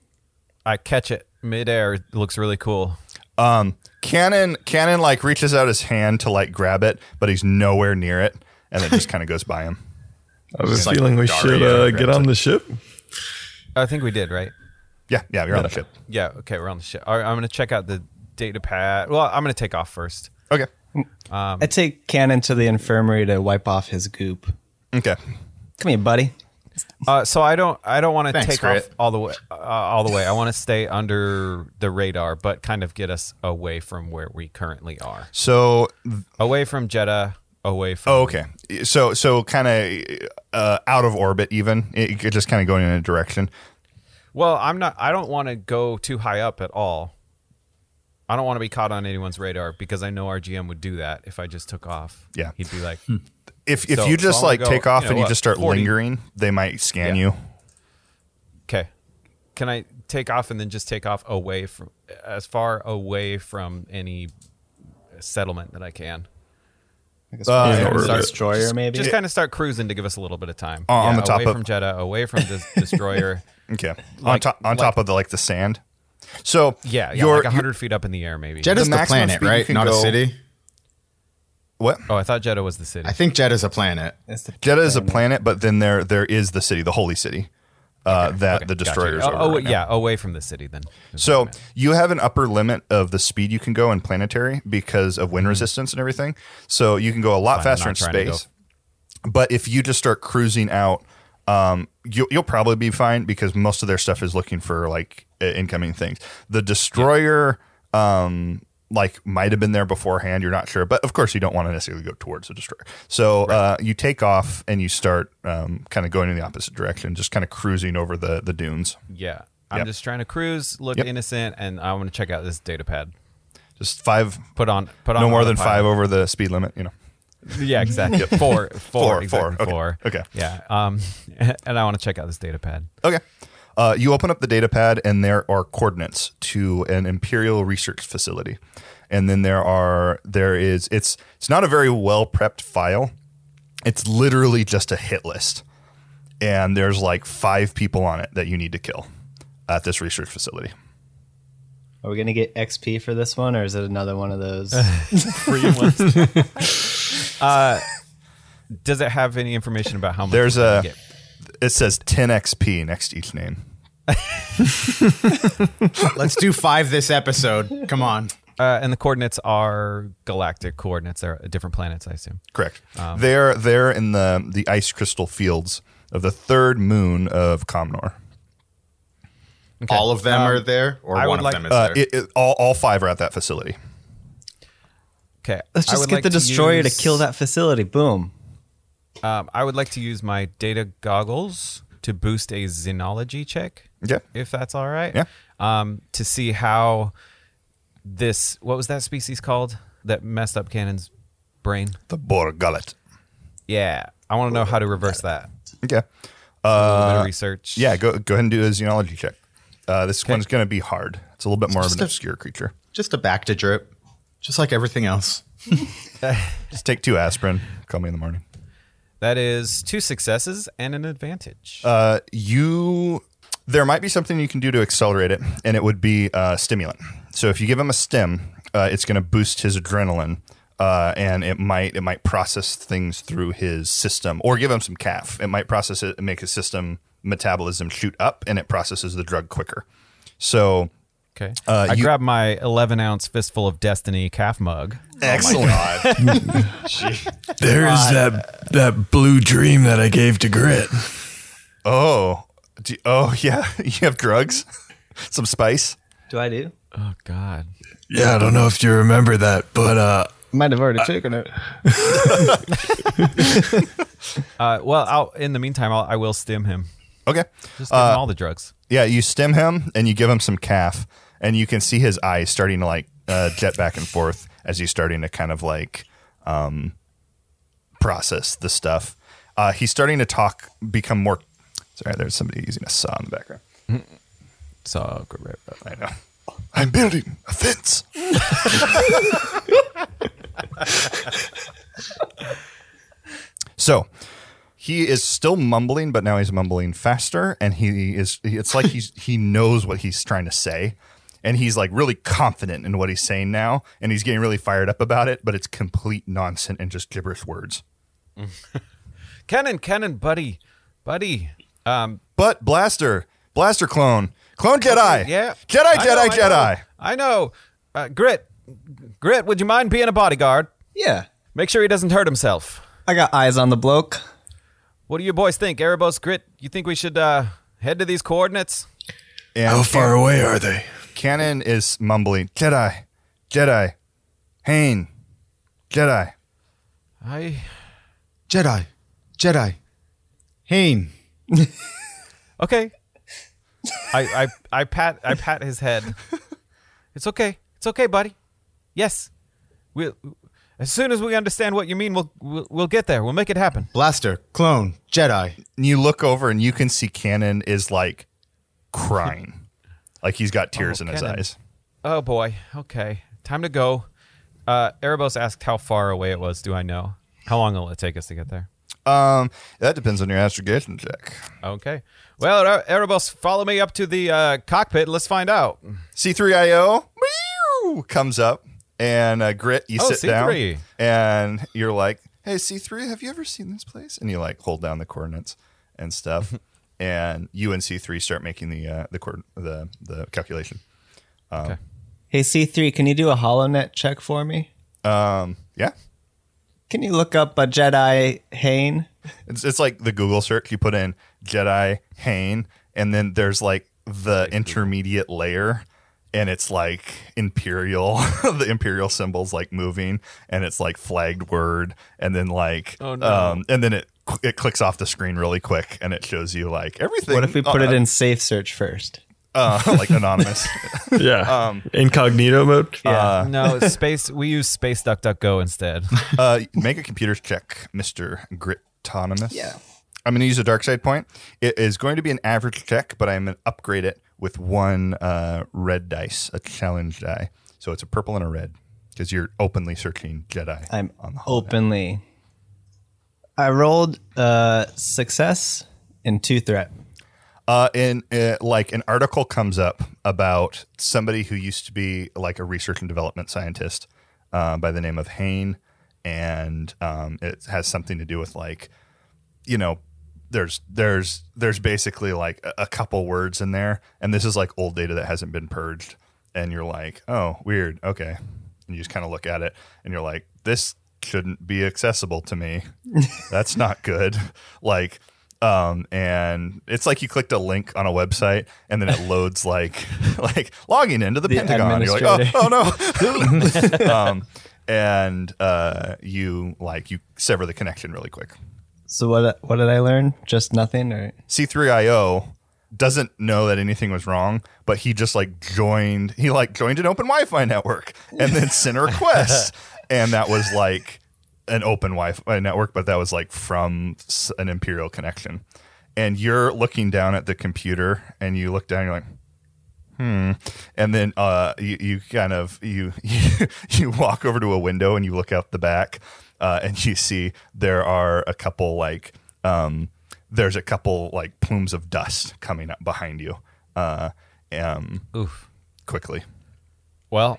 H: I catch it midair. It looks really cool.
C: Um, Cannon, Cannon, like reaches out his hand to like grab it, but he's nowhere near it, and it just kind of goes by him.
G: I have a
C: like
G: feeling we should
C: Daria
G: uh,
C: grabs
G: get on the ship.
H: I think we did, right?
C: Yeah, yeah, you're on the ship.
H: Yeah. Okay, we're on the ship. All right, I'm gonna check out the data pad. Well, I'm gonna take off first.
C: Okay,
F: I take Cannon to the infirmary to wipe off his goop.
C: okay.
F: Come here, buddy.
H: Uh, so I don't, I don't want to
B: Thanks,
H: take
B: Grit.
H: off all the way, uh, all the way. I want to stay under the radar, but kind of get us away from where we currently are,
C: So,
H: away from Jeddah, away from.
C: oh, okay, so so kind of uh, out of orbit, even it, it just kind of going in a direction.
H: Well, I'm not. I don't want to go too high up at all. I don't want to be caught on anyone's radar because I know our GM would do that if I just took off.
C: Yeah. Hmm.
H: he'd be like,
C: If if
H: So-
C: you
H: so
C: just
H: I'm gonna
C: like
H: go,
C: take off
H: you know,
C: and you
H: what,
C: just start
H: 40.
C: lingering, they might scan
H: Yeah.
C: you.
H: "Okay, can I take off and then just take off away from as far away from any settlement that I can?"
C: Uh,
G: Yeah, or-
F: Destroyer, maybe?
H: Just kind of start cruising to give us a little bit of time.
C: On- on the Oh, top
H: away
C: of-
H: from Jeddah, away from this destroyer.
C: Okay. on
H: Like-
C: top on top of the like the sand. So
H: Yeah, yeah,
C: your,
H: like
C: your-
H: hundred feet up in the air, maybe.
B: Jeddah's
C: The
B: the,
C: maximum
B: planet,
C: speed you
B: right?
C: can
B: Not a
C: go-
B: city.
C: what
H: oh, I thought Jeddah was the city.
B: I think Jeddah's a planet.
F: That's the-
C: Jeddah is a planet, but then there there is the city, the holy city, uh, that the destroyers.
H: Oh,
C: over
H: oh
C: right now.
H: yeah, away from the city then.
C: So you have an upper limit of the speed you can go in planetary because of wind resistance and everything. So you can go a
H: Hmm. Fine,
C: lot
H: I'm
C: faster in
H: not trying to
C: space. But if you just start cruising out, um, you, you'll probably be fine because most of their stuff is looking for like i- incoming things. The destroyer, um, like might have been there beforehand. You're not sure, but of course you don't want to necessarily go towards the destroyer. So uh, you take off and you start um, kind of going in the opposite direction, just kind of cruising over the the dunes.
H: Yeah. I'm
C: Yep.
H: just trying to cruise, look
C: Yep.
H: innocent, and I want to check out this data pad.
C: Just five
H: Put on, put on
C: no more than
H: autopilot.
C: five over the speed limit. You know,
H: Yeah, exactly. Four, four,
C: Four,
H: exactly
C: four, okay,
H: four.
C: okay.
H: Yeah. Um, and I want to check out this data pad.
C: okay. Uh, you open up the data pad, and there are coordinates to an imperial research facility, and then there are there is it's it's not a very well prepped file. It's literally just a hit list, and there's like five people on it that you need to kill at this research facility.
F: Are we going to get XP for this one, or is it another one of those?
H: Does it have any information about how much
C: There's
H: we're gonna
C: a-
H: get?
C: It says 10 XP next to each name.
B: Let's do five this episode. Come on.
H: Uh, and the coordinates are galactic coordinates. They're different planets, I assume.
C: Correct. they're they're in the the ice crystal fields of the third moon of Comnor.
B: All of them are there, or
H: I would
B: one of
H: like-
B: them is
C: Uh,
B: there.
C: it, it- all, all five are at that facility.
H: Okay.
F: Let's
H: I
F: just
H: would
F: get
H: like
F: the
H: to
F: destroyer
H: use-
F: to kill that facility. Boom.
H: Um, I would like to use my data goggles to boost a xenology check,
C: Yeah.
H: if that's all right.
C: Yeah.
H: Um, to see how this, what was that species called that messed up Cannon's brain?
C: The Borgullet.
H: Yeah. I want to know how to reverse that.
C: Okay.
F: Uh,
H: A little bit of research.
C: Yeah, go go ahead and do a xenology check. Uh, this one's going to be hard. It's a little bit more of
B: Just
C: an
B: a-
C: obscure creature.
B: Just a back to drip, just like everything else.
C: Just take two aspirin. Call me in the morning.
H: That is two successes and an advantage.
C: Uh, you, there might be something you can do to accelerate it, and it would be uh, stimulant. So if you give him a stim, uh, it's going to boost his adrenaline, uh, and it might it might process things through his system, or give him some calf. It might process it and make his system metabolism shoot up, and it processes the drug quicker. So
H: okay.
C: uh,
H: I
C: you-
H: grab my 11 ounce fistful of destiny calf mug.
C: excellent.
D: There is that that blue dream that I gave to Grit.
C: oh, do, oh yeah, you have drugs, some spice.
F: Do I do?
H: Oh God.
D: Yeah, I don't know if you remember that, but uh,
F: Might have already taken it.
H: Uh, well, I'll, in the meantime, I'll, I will stim him.
C: Okay.
H: Just give
C: Uh,
H: him all the drugs.
C: Yeah, you stim him and you give him some calf, and you can see his eyes starting to like uh, jet back and forth as he's starting to kind of like um, process the stuff. Uh, he's starting to talk, become more. Sorry, there's somebody using a saw in the background.
H: So
C: I know. I'm building a fence. so he is still mumbling, but now he's mumbling faster, and he is. It's like he's he knows what he's trying to say, and he's like really confident in what he's saying now, and he's getting really fired up about it. But it's complete nonsense and just gibberish words.
H: Kenan, Kenan, buddy, buddy. Um,
C: But blaster, blaster clone, clone Jedi,
H: yeah.
C: Jedi,
H: I know,
C: Jedi,
H: I know,
C: Jedi.
H: I know. Uh, Grit, Grit, would you mind being a bodyguard?
F: Yeah.
H: Make sure he doesn't hurt himself.
F: I got eyes on the bloke.
H: What do you boys think? Erebos, Grit, you think we should uh, head to these coordinates?
C: And
D: how far away are they?
C: Canon is mumbling, Jedi, Jedi, Hain, Jedi.
H: I.
B: Jedi, Jedi, Hain.
H: Okay. I, I I pat I pat his head. It's okay. It's okay, buddy. Yes. We'll as soon as we understand what you mean, we'll we'll, we'll get there. We'll make it happen.
B: Blaster, clone, Jedi.
C: And you look over and you can see Canon is like crying. like he's got tears
H: Oh,
C: in his
H: Kanan.
C: eyes.
H: Oh boy. Okay. Time to go. Uh Erebos asked how far away it was. Do I know? How long will it take us to get there?
C: Um, that depends on your astrogation check.
H: Okay. Well, Er- Erebos, follow me up to the uh, cockpit. Let's find out.
C: C3IO meow, comes up and uh, Grit, you
H: Oh,
C: sit
H: C3.
C: down and you're like, hey, C3, have you ever seen this place? And you like hold down the coordinates and stuff. and you and C3 start making the, uh, the, coord- the, the calculation.
F: Hey C3, can you do a holonet check for me?
C: Um, yeah.
F: Can you look up a Jedi Hane?
C: It's, it's like the Google search. You put in Jedi Hane, and then there's like the intermediate layer, and it's like Imperial. the Imperial symbol's like moving, and it's like flagged word, and then like,
H: Oh, no.
C: um, and then it cl- it clicks off the screen really quick, and it shows you like everything.
F: What if we put
C: uh,
F: it in safe search first?
C: uh, like anonymous?
G: Yeah. Incognito mode.
C: Um, uh,
H: No, it's space. We use space duck duck go instead.
C: uh, make a computer check, Mister Gritonomous. Yeah. I'm going to use a dark side point. It is going to be an average check, but I'm going to upgrade it with one uh, red dice, a challenge die. So it's a purple and a red because you're openly searching Jedi.
F: I'm openly. I rolled uh success and two threat.
C: Uh, in uh, like an article comes up about somebody who used to be like a research and development scientist uh, by the name of Hain, and um, it has something to do with like, you know, there's there's there's basically like a, a couple words in there, and this is like old data that hasn't been purged, and you're like, oh, weird, okay, and you just kind of look at it, and you're like, this shouldn't be accessible to me that's not good. Like, um, and it's like you clicked a link on a website and then it loads like like logging into the, Pentagon. You're like, oh, oh no. um, and uh, you like you sever the connection really quick.
F: So what what did I learn? Just nothing or
C: C3IO doesn't know that anything was wrong, but he just like joined he like joined an open Wi-Fi network and then sent a request. and that was like an open Wi-Fi network, but that was like from s- an Imperial connection. And you're looking down at the computer and you look down, you're like, Mm. and then uh, you, you kind of you, you you walk over to a window and you look out the back uh, and you see there are a couple like um, there's a couple like plumes of dust coming up behind you uh, um,
H: Oof.
C: quickly
H: Well,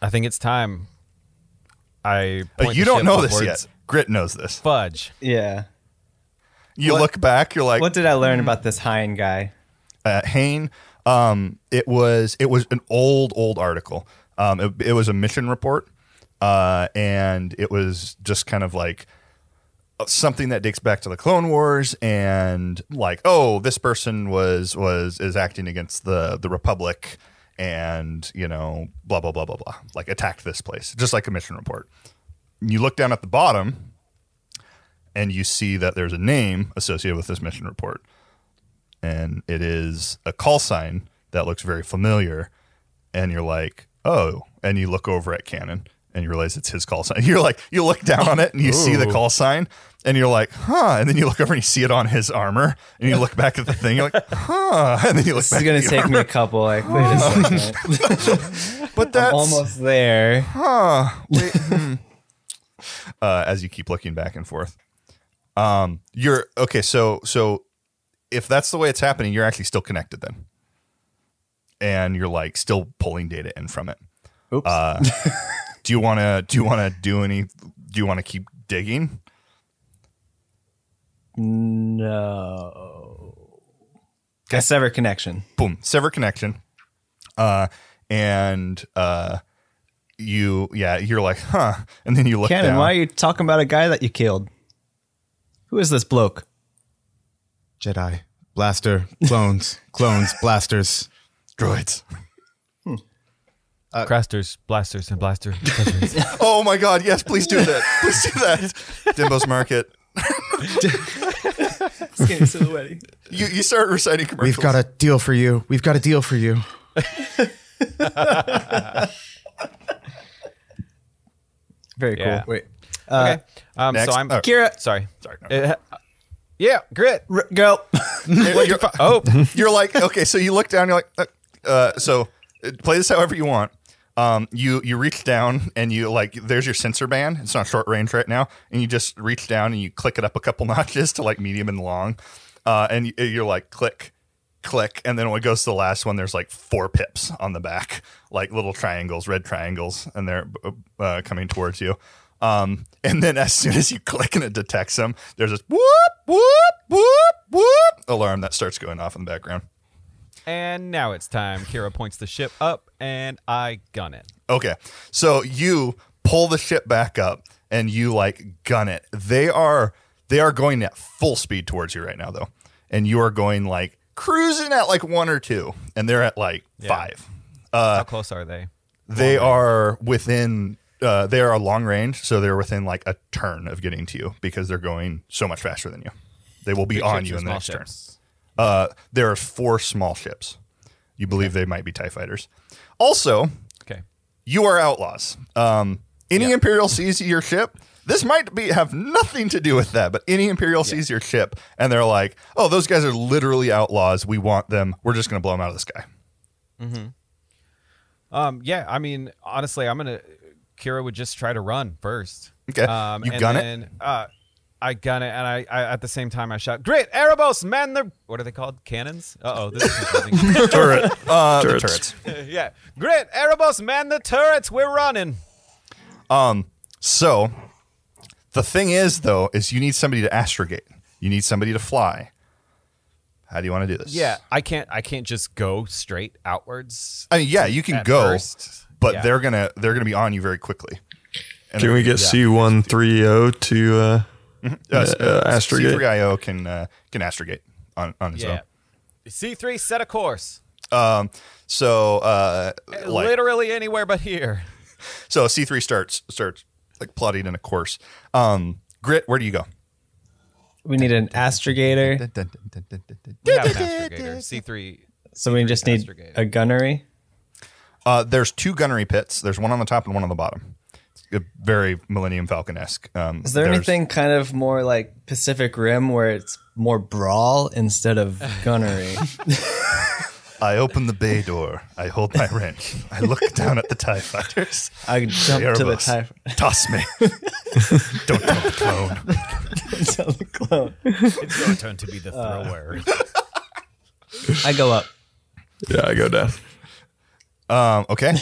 H: I think it's time. I.
C: Uh,
H: point
C: you
H: the
C: don't
H: ship
C: know this
H: upwards.
C: yet grit knows this
H: Fudge.
F: Yeah.
C: you look back you're like
F: What did I learn about this Hein guy?
C: uh, Hain. Um, it was it was an old old article. Um, it, it was a mission report, uh, and it was just kind of like uh, something that dates back to the Clone Wars, and like oh, this person was was is acting against the the Republic, and you know blah blah blah blah blah, like attacked this place, just like a mission report. You look down at the bottom, and you see that there's a name associated with this mission report and it is a call sign that looks very familiar and you're like oh and you look over at canon and you realize it's his call sign you're like you look down on it and you see the call sign and you're like huh and then you look over and you see it on his armor and you look back at the thing you're like huh and then you look
F: This
C: back
F: is gonna
C: at the
F: take me a couple. Like, wait a second.
C: armor. but that's
F: Almost there.
C: hmm. uh, as you keep looking back and forth um you're okay so so if that's the way it's happening you're actually still connected then and you're like still pulling data in from it Uh,
F: Oops.
C: do you want to do you want to do any do you want to keep digging
F: no. I sever connection.
C: boom sever connection uh and uh you yeah you're like huh and then you look
F: Cannon,
C: down
F: why are you talking about a guy that you killed? Who is this bloke?
B: Jedi, blaster, clones, clones, blasters.
C: droids Uh,
H: Crasters, blasters, and blaster.
C: oh my god yes please do that please do that dimbo's market
F: Getting to the wedding.
C: you you start reciting commercials
B: We've got a deal for you. We've got a deal for you.
F: Very cool.
H: Yeah.
F: Wait.
H: okay. Um, so
C: next.
H: I'm.
C: Oh.
F: Kira,
H: Sorry.
C: Sorry, no.
H: Uh, yeah, grit.
F: r- go.
C: you're,
H: Oh,
C: you're like okay so you look down you're like uh, uh, so uh, play this however you want um, you you reach down and you like there's your sensor band it's not short range right now and you just reach down and you click it up a couple notches to like medium and long uh, and you- you're like click click and then when it goes to the last one there's like four pips on the back like little triangles red triangles and they're uh, coming towards you um, and then as soon as you click and it detects them there's this whoop whoop whoop whoop alarm that starts going off in the background
H: and now it's time. Kira points the ship up, and I gun it.
C: Okay. So you pull the ship back up and you like gun it. They are they are going at full speed towards you right now though. And you are going like cruising at like one or two and they're at like five. Uh,
H: How close are they?
C: They are within uh, they are long range, so they're within like a turn of getting to you because they're going so much faster than you. They will be on
H: ships
C: you
H: or
C: in the
H: small
C: next turn.
H: ships?
C: Uh, there are four small ships. You believe they might be TIE fighters. Also,
H: Okay.
C: you are outlaws. Um, any Imperial sees your ship. This might be have nothing to do with that, but any Imperial sees your ship and they're like, "Oh, those guys are literally outlaws. We want them. We're just going to blow them out of the sky."
H: Um, yeah, I mean, honestly, I'm gonna. Kira would just try to run first. Um,
C: Okay. You
H: and
C: gun it?
H: then, Uh, I gun it, and I, I at the same time I shout, "Great, Erebos, man! They're what are they called? Cannons? Uh oh, this is confusing.
C: Turret, uh, the
G: Turrets.
C: turrets.
H: yeah, great, Erebos, man! The turrets, we're running.
C: So, the thing is, though, is you need somebody to astrogate. You need somebody to fly. How do you want to do this?
H: Yeah, I can't, I can't just go straight outwards.
C: I mean, yeah, you can
H: At
C: go,
H: first,
C: but
H: yeah.
C: they're gonna they're gonna be on you very quickly. And
G: Can we get C one three zero to uh, uh, uh, astrogate?
C: C3IO can uh, can astrogate on on his own.
H: Yeah, C three set a course,
C: Um, so uh, like,
H: literally anywhere but here.
C: so C three starts starts like plotting in a course. Um, Grit, where do you go?
F: We need an astrogator,
H: We have an astrogator. C three.
F: so we just need a gunnery.
C: Uh, there's two gunnery pits. There's one on the top and one on the bottom. It's a very Millennium Falcon esque. Um,
F: Is there
C: there's-
F: anything kind of more like Pacific Rim where it's more brawl instead of gunnery?
C: I open the bay door. I hold my wrench. I look down at the TIE fighters.
F: I can jump
C: The
F: to the
C: Erebos.
F: tie
C: Toss me. Don't tell the clone.
F: to the clone.
A: It's your turn to be the
C: Uh.
A: thrower.
F: I go up.
G: Yeah, I go down.
C: Um, okay.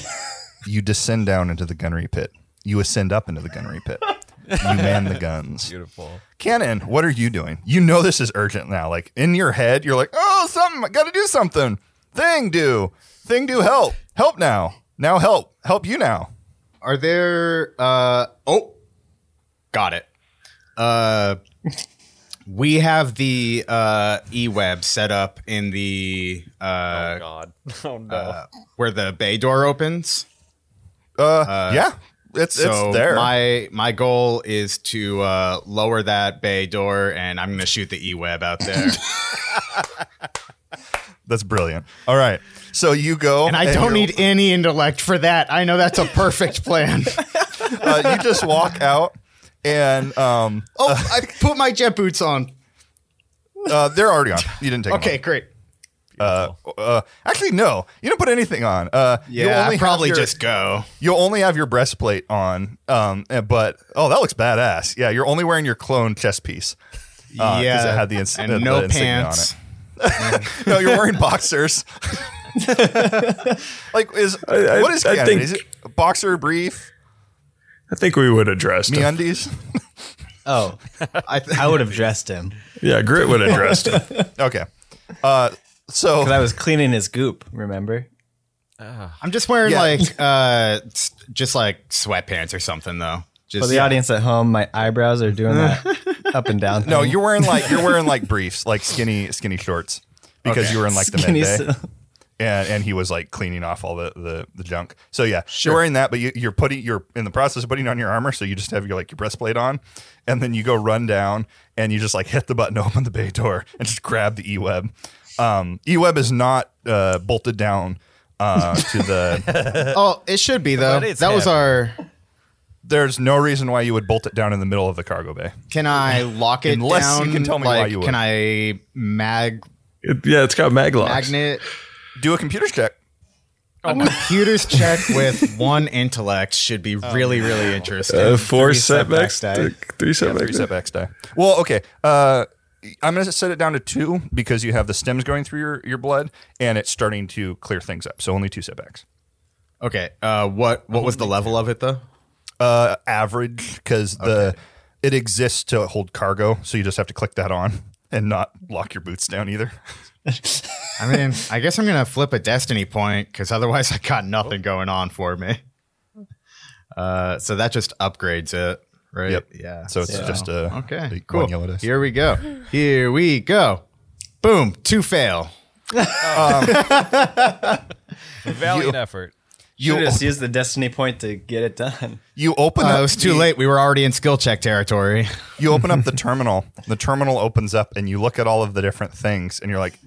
C: You descend down into the gunnery pit. You ascend up into the gunnery pit. You man the guns.
H: Beautiful.
C: Cannon, what are you doing? You know this is urgent now. Like in your head, you're like, oh, something, I gotta do something. Thing do. Thing do help. Help now. Now help. Help you now.
B: Are there? Uh, oh, got it. Uh, we have the uh, e-web set up in the uh,
H: God. Oh no.
B: where the bay door opens.
C: Uh, yeah. It's
B: So
C: it's there.
B: my my goal is to uh, lower that bay door, and I'm gonna shoot the e-web out there.
C: That's brilliant. All right. So you go
B: and I don't
C: you're-
B: need any intellect for that. I know that's a perfect plan.
C: uh, you just walk out and um
B: oh, I put my jet boots on.
C: uh, they're already on. You didn't take 'em
B: Okay,
C: off.
B: great.
C: Uh, actually, no. You didn't put anything on. Uh, you
B: Yeah,
C: only
B: I
C: have
B: probably
C: your-
B: just go.
C: You'll only have your breastplate on, um, eh, but oh, that looks badass. Yeah, you're only wearing your clone chest piece. Uh, 'cause
B: yeah,
C: it had the ins-
B: and
C: the- the
B: no
C: insignia on
B: pants.
C: it. No, you're wearing boxers. like, is
G: I-
C: what is
G: I
C: canon?
G: think-
C: Is it a boxer brief,
G: I think we would have dressed
C: me
G: him.
C: undies?
F: Oh,
B: I, th-
F: I would have dressed him
G: Yeah, Grit would have dressed him.
C: okay. Uh, so
F: because I was cleaning his goop. Remember?
B: I'm just wearing
C: Yeah.
B: like uh, s- just like sweatpants or something though. Just
F: For the audience at home, my eyebrows are doing that up and down.
C: no,
F: thing.
C: you're wearing like you're wearing like briefs, like skinny skinny shorts, because you were in like the
F: Skinny
C: midday.
F: so-
C: and and he was like cleaning off all the the, the junk. So yeah, you're wearing that, but you, you're putting you're in the process of putting on your armor, so you just have your like your breastplate on, and then you go run down and you just like hit the button, to open the bay door, and just grab the e web. Um, e web is not uh, bolted down uh, to the.
B: Oh, it should be though.
H: But it's
B: That was
H: heavy.
B: our.
C: There's no reason why you would bolt it down in the middle of the cargo bay.
B: Can I lock it
C: Unless
B: down?
C: you can tell me why
B: like,
C: you would.
B: Can I mag
G: It- yeah, it's got mag locks.
B: magnet
C: Do a computer check.
B: computers check with one intellect should be really really interesting.
G: Uh, four
F: Three
G: setbacks,
F: setbacks
G: th- three setbacks.
C: Three setbacks die. Well, okay. Uh, I'm going to set it down to two because you have the stems going through your, your blood and it's starting to clear things up. So only two setbacks.
B: okay. Uh, what what was the level of it though?
C: Uh, average because the it exists to hold cargo, so you just have to click that on and not lock your boots down either.
B: I mean, I guess I'm gonna flip a destiny point because otherwise I got nothing going on for me. Uh, so that just upgrades it, right?
C: Yep.
B: Yeah.
C: So it's just a a
B: okay.
C: one
B: Cool.
C: yellow dice.
B: Here we go. Here we go. Boom. Two fail.
H: Valiant effort.
F: You
C: You
F: just use the destiny point to get it done.
C: you open
B: Uh,
C: up
B: it was too
C: the-
B: late. We were already in skill check territory.
C: you open up the terminal. The terminal opens up, and you look at all of the different things, and you're like,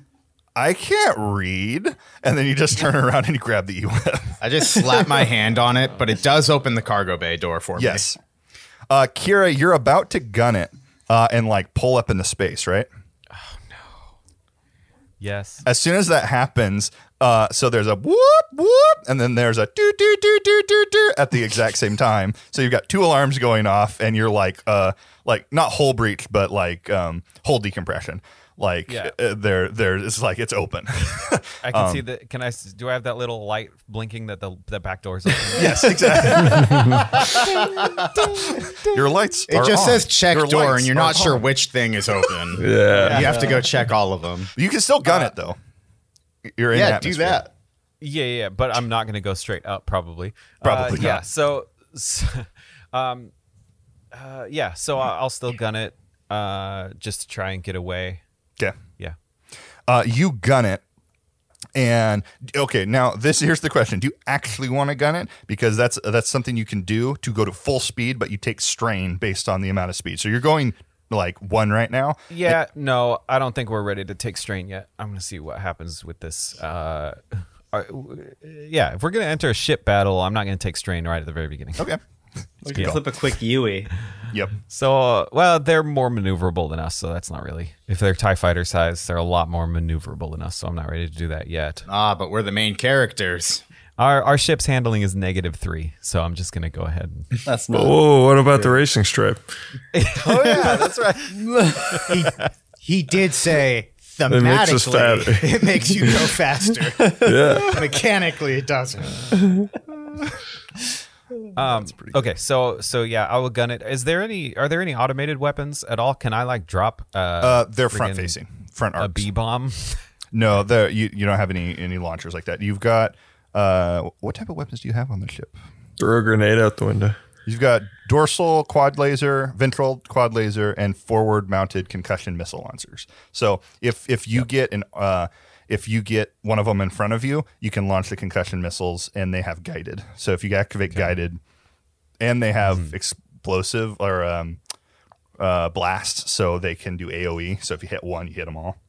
C: "I can't read." And then you just turn around and you grab the e-web.
B: I just slapped my hand on it, but it does open the cargo bay door for me.
C: Yes. Uh, Kira, you're about to gun it uh, and like pull up into space, right?
H: Yes.
C: As soon as that happens, uh, so there's a whoop whoop, and then there's a do do do do do do at the exact same time. So you've got two alarms going off, and you're like, uh, like not whole breach, but like um, whole decompression. Like
H: Yeah.
C: uh, there, there, it's like it's open.
H: I can
C: Um,
H: see that. Can I? s- Do I have that little light blinking that the the back door's open?
C: yes, exactly. Your lights.
B: It
C: are
B: just
C: on.
B: says check
C: Your
B: door,
C: lights
B: and you're
C: are
B: not sure
C: on.
B: which thing is open.
G: Yeah.
B: You have to go check all of them.
C: You can still
B: Uh,
C: gun it though. You're in
B: yeah, do
C: atmosphere.
B: that.
H: Yeah, yeah, yeah, but I'm not going to go straight up, probably.
C: Probably
H: Uh, Yeah.
C: not.
H: So, so, um, uh, yeah. So I- I'll still gun it, uh, just to try and get away.
C: Okay.
H: Yeah.
C: Uh, you gun it, and okay, now this here's the question: Do you actually want to gun it? Because that's that's something you can do to go to full speed, but you take strain based on the amount of speed. So you're going like one right now.
H: Yeah. no, I don't think we're ready to take strain yet. I'm going to see what happens with this. Uh, are- yeah, if we're going to enter a ship battle, I'm not going to take strain right at the very beginning.
C: Okay.
F: We can flip a quick Yui.
C: Yep.
H: So, uh, well, they're more maneuverable than us, so that's not really. If they're TIE fighter size, they're a lot more maneuverable than us, so I'm not ready to do that yet.
B: Ah, but we're the main characters.
H: Our, our ship's handling is negative three, so I'm just going to go ahead. and-
F: That's not.
G: Oh, what about the racing stripe?
B: He did say
G: It makes us
B: thematically,
G: fatter.
B: it makes you go faster.
G: Yeah.
B: Mechanically, it doesn't.
H: Um, okay, so so yeah, I will gun it. Is there any? Are there any automated weapons at all? Can I like drop uh,
C: Uh, they're front
H: friggin'
C: facing, front
H: a
C: arcs.
H: B bomb?
C: No, the you, you don't have any any launchers like that. You've got uh, what type of weapons do you have on the ship?
G: Throw a grenade out the window.
C: You've got dorsal quad laser, ventral quad laser, and forward mounted concussion missile launchers. So if if you get an uh, if you get one of them in front of you, you can launch the concussion missiles, and they have guided. So if you activate guided, and they have
H: Mm-hmm.
C: explosive or um, uh, blast, so they can do AOE. So if you hit one, you hit them all.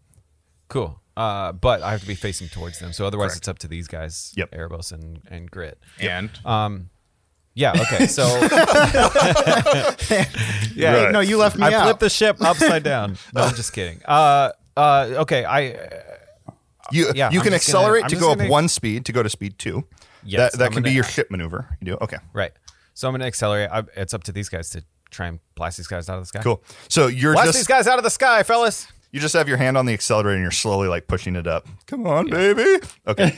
H: Cool. Uh, but I have to be facing towards them, so otherwise it's up to these guys,
C: Yep.
H: Erebos and and Grit.
B: And uh,
H: Yeah. Okay. So yeah,
B: Hey, no, you left me
H: I
B: out.
H: flipped the ship upside down. No, I'm just kidding. Uh, uh, okay. I
C: You
H: yeah, I'm
C: you can
H: just gonna-
C: accelerate
H: I'm
C: to
H: just
C: go up
H: gonna-
C: one speed to go to speed two.
H: Yes,
C: that that
H: I'm
C: can be
H: gonna-
C: your ship maneuver. You do okay.
H: right. So I'm gonna accelerate. I, it's up to these guys to try and blast these guys out of the sky.
C: Cool. So you're
H: Blast
C: just
H: these guys out of the sky, fellas.
C: you just have your hand on the accelerator and you're slowly like pushing it up. Come on, baby. Okay.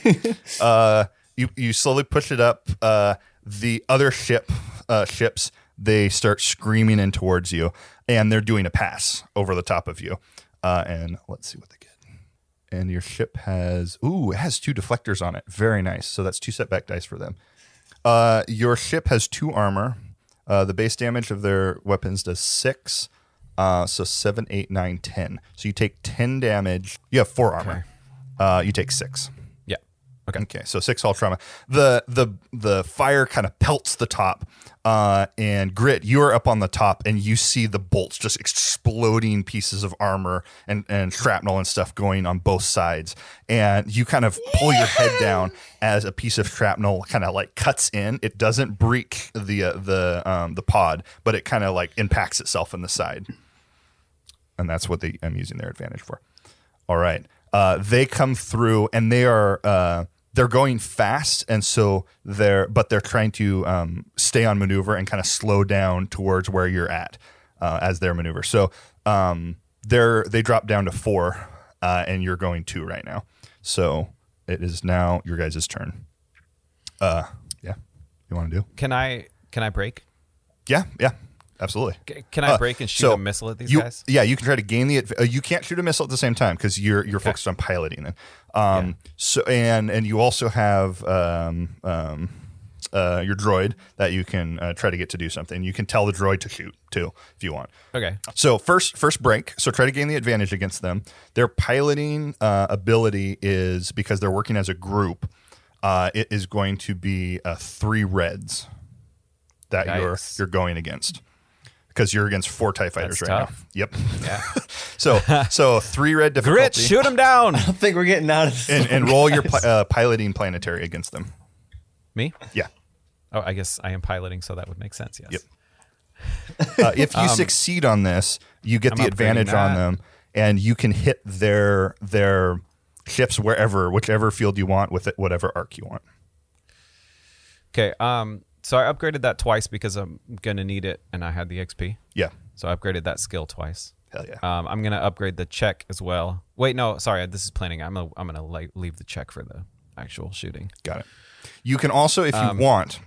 C: uh, you you slowly push it up. Uh, the other ship uh, ships they start screaming in towards you, and they're doing a pass over the top of you. Uh, and let's see what they get. And your ship has ooh, it has two deflectors on it. Very nice. So that's two setback dice for them. Uh, your ship has two armor. Uh, the base damage of their weapons does six. Uh, so seven, eight, nine, ten. So you take ten damage. You have four armor. Uh, you take six.
H: Yeah. Okay.
C: Okay, so six hull trauma. The the the fire kind of pelts the top, uh, and grit. You are up on the top, and you see the bolts just exploding pieces of armor and and shrapnel and stuff going on both sides. And you kind of pull your head down as a piece of shrapnel kind of like cuts in. It doesn't break the uh, the um, the pod, but it kind of like impacts itself in the side. And that's what they, I'm using their advantage for. All right. Uh, they come through and they are uh, they're going fast, and so they're but they're trying to um, stay on maneuver and kind of slow down towards where you're at uh, as their maneuver. So um, they're they drop down to four, uh, and you're going two right now. So it is now your guys' turn. Uh, yeah, you want to do?
H: Can I? Can I break?
C: Yeah, yeah, absolutely.
H: C- Can I
C: Uh,
H: break and shoot
C: so
H: a missile at these
C: you-
H: guys?
C: Yeah, you can try to gain the. adv- Uh, you can't shoot a missile at the same time because you're you're focused on piloting it. Um, So and and you also have um, um, uh, your droid that you can uh, try to get to do something. You can tell the droid to shoot too if you want.
H: Okay.
C: So first, first break. So try to gain the advantage against them. Their piloting uh, ability is because they're working as a group. Uh, it is going to be uh, three reds that you're
H: Yikes.
C: you're going against because you're against four Tie fighters
H: That's
C: right
H: tough.
C: now. Yep. so so three red difficulty.
H: Grit, shoot them down.
F: I think we're getting out of this.
C: and, and roll your pi- uh, piloting planetary against them.
H: Me?
C: Yeah.
H: Oh, I guess I am piloting, so that would make sense. Yes.
C: Yep. Uh, if you succeed on this, you get
H: Um, I'm
C: the
H: upgrading
C: advantage on
H: that.
C: them, and you can hit their their ships wherever, whichever field you want, with it, whatever arc you want.
H: Okay. Um. So I upgraded that twice because I'm gonna need it, and I had the XP.
C: Yeah,
H: So I upgraded that skill twice.
C: hell yeah.
H: Um, I'm gonna upgrade the check as well. Wait, no, sorry, this is planning. I'm gonna, I'm gonna like leave the check for the actual shooting.
C: Got it. You can also, if
H: um,
C: you want,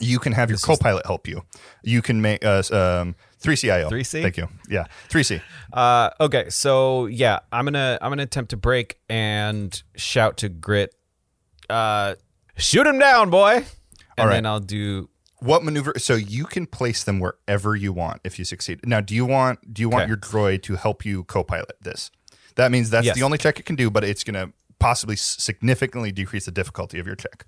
C: you can have your co-pilot help you. You can make uh, um, 3CIO.
H: 3C?
C: Thank you. Yeah, 3C.
H: Uh, okay, so yeah, I'm gonna I'm gonna attempt to break and shout to Grit. Uh, shoot him down, boy. And
C: All right.
H: then I'll do.
C: What maneuver? So you can place them wherever you want if you succeed. Now, do you want do you want
H: Okay.
C: your droid to help you co-pilot this? That means that's
H: Yes.
C: the only check it can do, but it's going to possibly s- significantly decrease the difficulty of your check.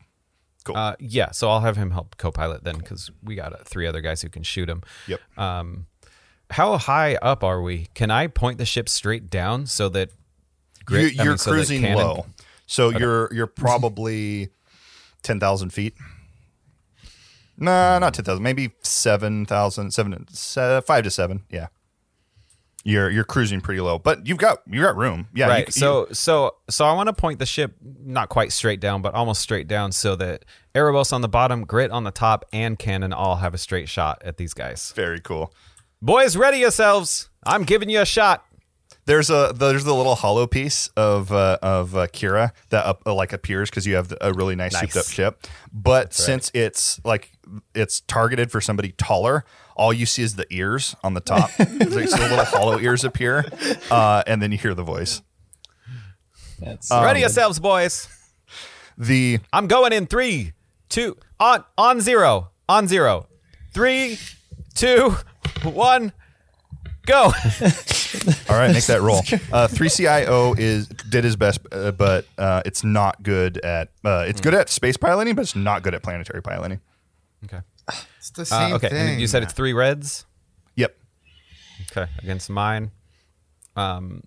H: Uh, yeah, so I'll have him help co-pilot then, because we got uh, three other guys who can shoot him.
C: Yep.
H: Um, how high up are we? Can I point the ship straight down so that
C: you,
H: Grit- I
C: you're
H: mean, so that
C: cruising
H: cannon-
C: low, so you're you're probably ten thousand feet. Nah, not 10,000. Maybe 7,000, seven, se- 5 to 7. Yeah. You're you're cruising pretty low, but you've got you got room. Yeah, you
H: right.
C: c-
H: so so so I want to point the ship not quite straight down, but almost straight down, so that Erebos on the bottom, Grit on the top, and Cannon all have a straight shot at these guys.
C: you- very cool.
H: Boys, ready yourselves. I'm giving you a shot.
C: There's a there's the little hollow piece of uh, of uh, Kira that up, uh, like appears because you have the- a really nice, souped up ship, but since it's like it's targeted for somebody taller, all you see is the ears on the top. It's like, so little hollow ears appear, uh, and then you hear the voice.
F: That's
C: uh, Oh,
H: ready yourselves, boys.
C: The
H: I'm going in three, two, on on zero, on zero, three, two, one, go.
C: All right, make that roll. Uh, 3CIO is did his best, uh, but uh, it's not good at uh, it's good at space piloting, but it's not good at planetary piloting.
H: okay.
B: It's the
H: Uh,
B: same
H: okay. and
B: thing.
H: you said it's three reds.
C: Yep.
H: Okay, against mine. Um,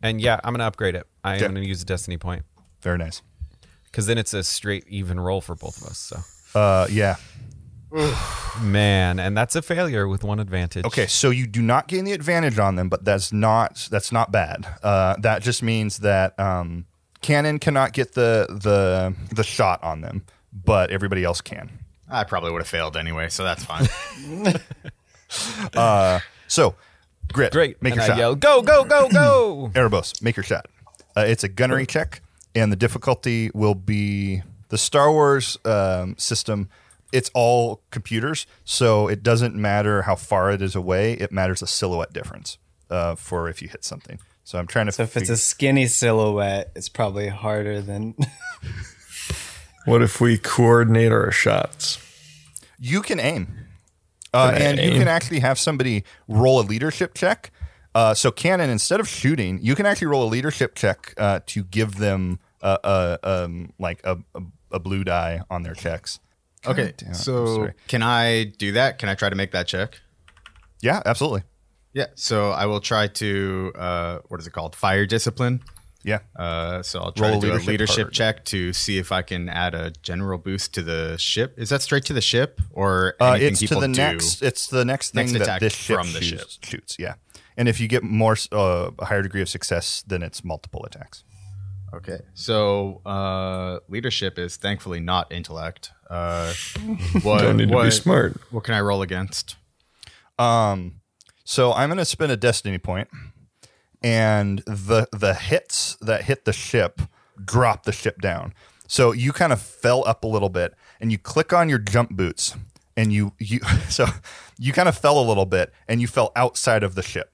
H: and yeah, I'm gonna upgrade it. I
C: Okay.
H: am gonna use a destiny point
C: Very nice.
H: because then it's a straight even roll for both of us. So
C: Uh, yeah.
H: man, and that's a failure with one advantage.
C: Okay, so you do not gain the advantage on them, but that's not that's not bad. Uh, that just means that um, Canon cannot get the the the shot on them, but everybody else can.
B: I probably would have failed anyway, so that's fine.
C: So, grit,
H: great.
C: make
H: and
C: your
H: I
C: shot.
H: yell, go, go, go, go.
C: Erebos, make your shot. Uh, it's a gunnery check, and the difficulty will be the Star Wars um, system. It's all computers, so it doesn't matter how far it is away. It matters the silhouette difference uh, for if you hit something. So I'm trying to.
F: So if it's
C: figure-
F: a skinny silhouette, it's probably harder than
G: What if we coordinate our shots?
C: you can aim, uh,
G: Can I
C: and you
G: aim?
C: can actually have somebody roll a leadership check. Uh, so Canon, instead of shooting, you can actually roll a leadership check uh, to give them uh, uh, um, like a, a, a blue die on their checks.
B: okay,
C: damn, I'm
B: so
C: sorry.
B: can I do that? Can I try to make that check?
C: Yeah, absolutely.
B: Yeah, so I will try to uh, what is it called? Fire discipline.
C: Yeah.
B: Uh, so I'll try
C: Roll
B: to do
C: a leadership
B: a leadership
C: card.
B: check to see if I can add a general boost to the ship. Is that straight to the ship or
C: Uh,
B: anything
C: it's to
B: people
C: the
B: do?
C: next. It's the next thing
B: Next
C: that
B: attack
C: this ship
B: from the
C: shoots, shoots. Yeah, and if you get more uh, a higher degree of success, then it's multiple attacks.
B: Okay, so uh, leadership is thankfully not intellect. Uh, what,
G: Don't need to be
B: what-
G: smart.
B: What can I roll against?
C: Um, So I'm going to spend a destiny point, and the the hits that hit the ship drop the ship down. So you kind of fell up a little bit, and you click on your jump boots, and you you so you kind of fell a little bit, and you fell outside of the ship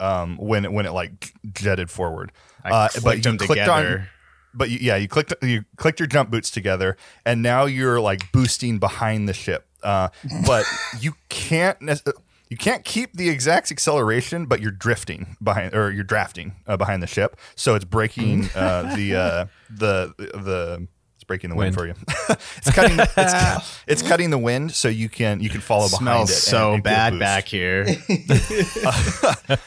C: um, when it, when it like jetted forward. Uh,
B: I clicked them together.
C: but you, yeah, you clicked you clicked your jump boots together, and now you're like boosting behind the ship. Uh, but you can't nec- you can't keep the exact acceleration, but you're drifting behind or you're drafting uh, behind the ship, so it's breaking
B: Mm.
C: uh, the uh, the the it's breaking the wind, for you. it's cutting it's, it's cutting the wind, so you can you can follow behind
B: Smells
C: it. and-
B: so
C: and get a
B: bad
C: boost.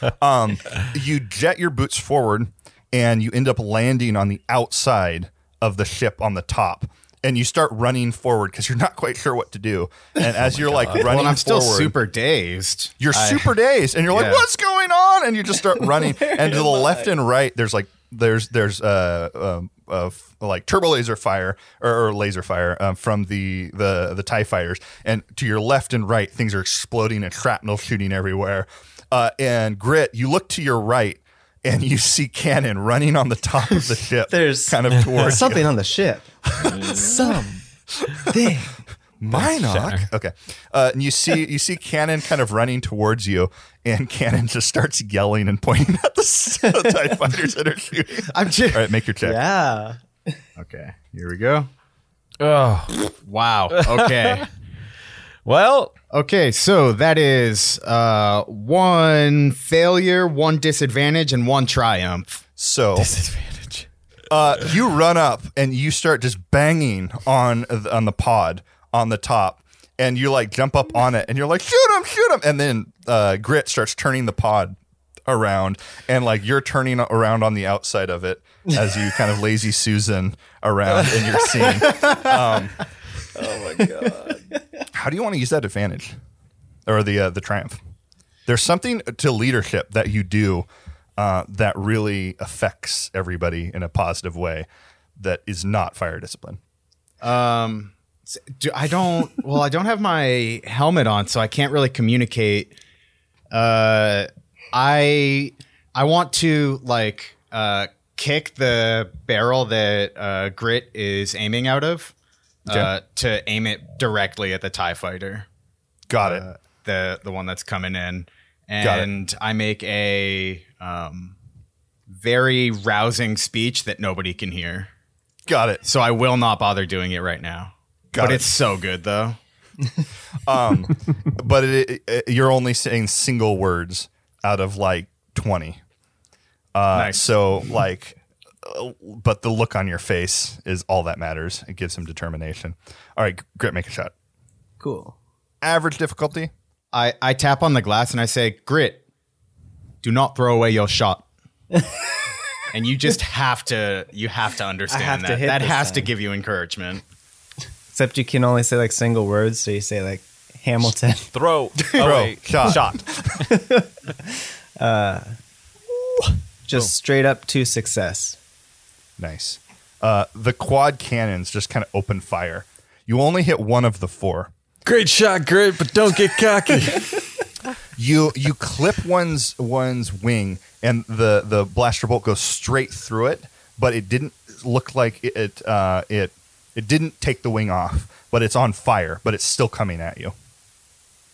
B: back here.
C: Um, you jet your boots forward and you end up landing on the outside of the ship on the top. And you start running forward because you're not quite sure what to do. And as you're like running
B: Oh well, and I'm still
C: forward,
B: super dazed.
C: you're super dazed, and you're like,
B: Yeah.
C: "What's going on?" And you just start running. and to the left and right, there's like there's there's uh, um uh f- like turbo laser fire or, or laser fire um, from the the the tie fighters. And to your left and right, things are exploding and shrapnel shooting everywhere. Uh, and grit, you look to your right. And you see Cannon running on the top of the ship,
F: There's-
C: kind of towards you.
F: something on the ship. Mm. Some thing.
C: Minoc. Okay. Uh, and you see you see Cannon kind of running towards you, and Cannon just starts yelling and pointing at the s- TIE fighters that are shooting.
B: I'm just
C: All right, make your check.
F: Yeah.
B: okay. Here we go.
H: Oh,
B: Wow. Okay.
H: well,
B: okay. So that is uh, one failure, one disadvantage, and one triumph.
C: So Uh, you run up and you start just banging on the, on the pod on the top, and you like jump up on it, and you're like, shoot him, shoot him, and then uh, Grit starts turning the pod around, and like you're turning around on the outside of it as you kind of lazy Susan around, and you're seeing. Um, oh my god. how do you want to use that advantage or the uh, the triumph? There's something to leadership that you do uh, that really affects everybody in a positive way that is not fire discipline.
B: Um, s- do, I don't. well, I don't have my helmet on, so I can't really communicate. Uh, I I want to like uh, kick the barrel that uh, Grit is aiming out of uh, to aim it directly at the Tie Fighter,
C: Got
B: uh, the the one that's coming in, and I make a um, very rousing speech that nobody can hear.
C: it. Got it.
B: So I will not bother doing it right now.
C: Got
B: but
C: it.
B: it's so good though.
C: Um, but it, it, you're only saying single words out of like 20. Uh,
B: Nice.
C: So, like, uh, but the look on your face is all that matters. It gives him determination. All right, Grit, make a shot.
F: Cool.
C: Average difficulty.
B: I, I tap on the glass and I say, Grit, do not throw away your shot. and you just have to you have to understand
F: have to
B: that.
F: hit
B: that
F: this
B: has to
F: thing.
B: give you encouragement.
F: Except you can only say like single words, so you say like Hamilton.
H: Throw.
B: Oh,
C: Bro,
H: Throw.
C: shot.
H: Shot.
F: Just straight up to success.
C: Nice. Uh, the quad cannons just kind of open fire. You only hit one of the four.
G: Great shot, great, but don't get cocky.
C: You you clip one's one's wing, and the the blaster bolt goes straight through it, but it didn't look like it it uh, it, it didn't take the wing off. But it's on fire, but it's still coming at you.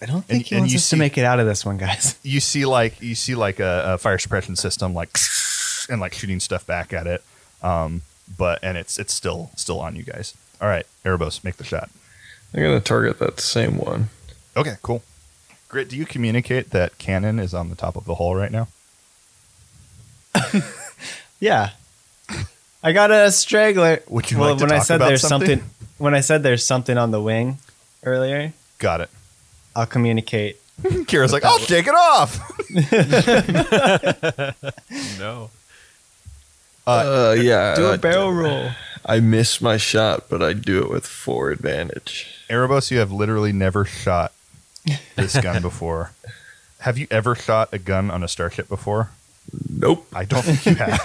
F: I don't think
C: And-
F: he
C: and
F: wants
C: you
F: us
C: see-
F: to make it out of this one, guys.
C: You see like you see like a, a fire suppression system like and like shooting stuff back at it. Um, but and it's it's still still on you guys. All right, Erebos, make the shot.
G: I'm gonna target that same one.
C: Okay, cool. Grit, do you communicate that Cannon is on the top of the hole right now?
F: Yeah. I got a straggler.
C: Would you like to
F: when I
C: talk
F: said
C: about
F: there's
C: something?
F: when I said there's something on the wing earlier,
C: Got it.
F: I'll communicate.
C: Kira's like, I'll shake it off.
H: no.
G: Uh, yeah.
F: Do
G: I-
F: a barrel roll.
G: I miss my shot, but I do it with four advantage.
C: Erebos, you have literally never shot this gun before. Have you ever shot a gun on a starship before?
G: Nope.
C: I don't think you have.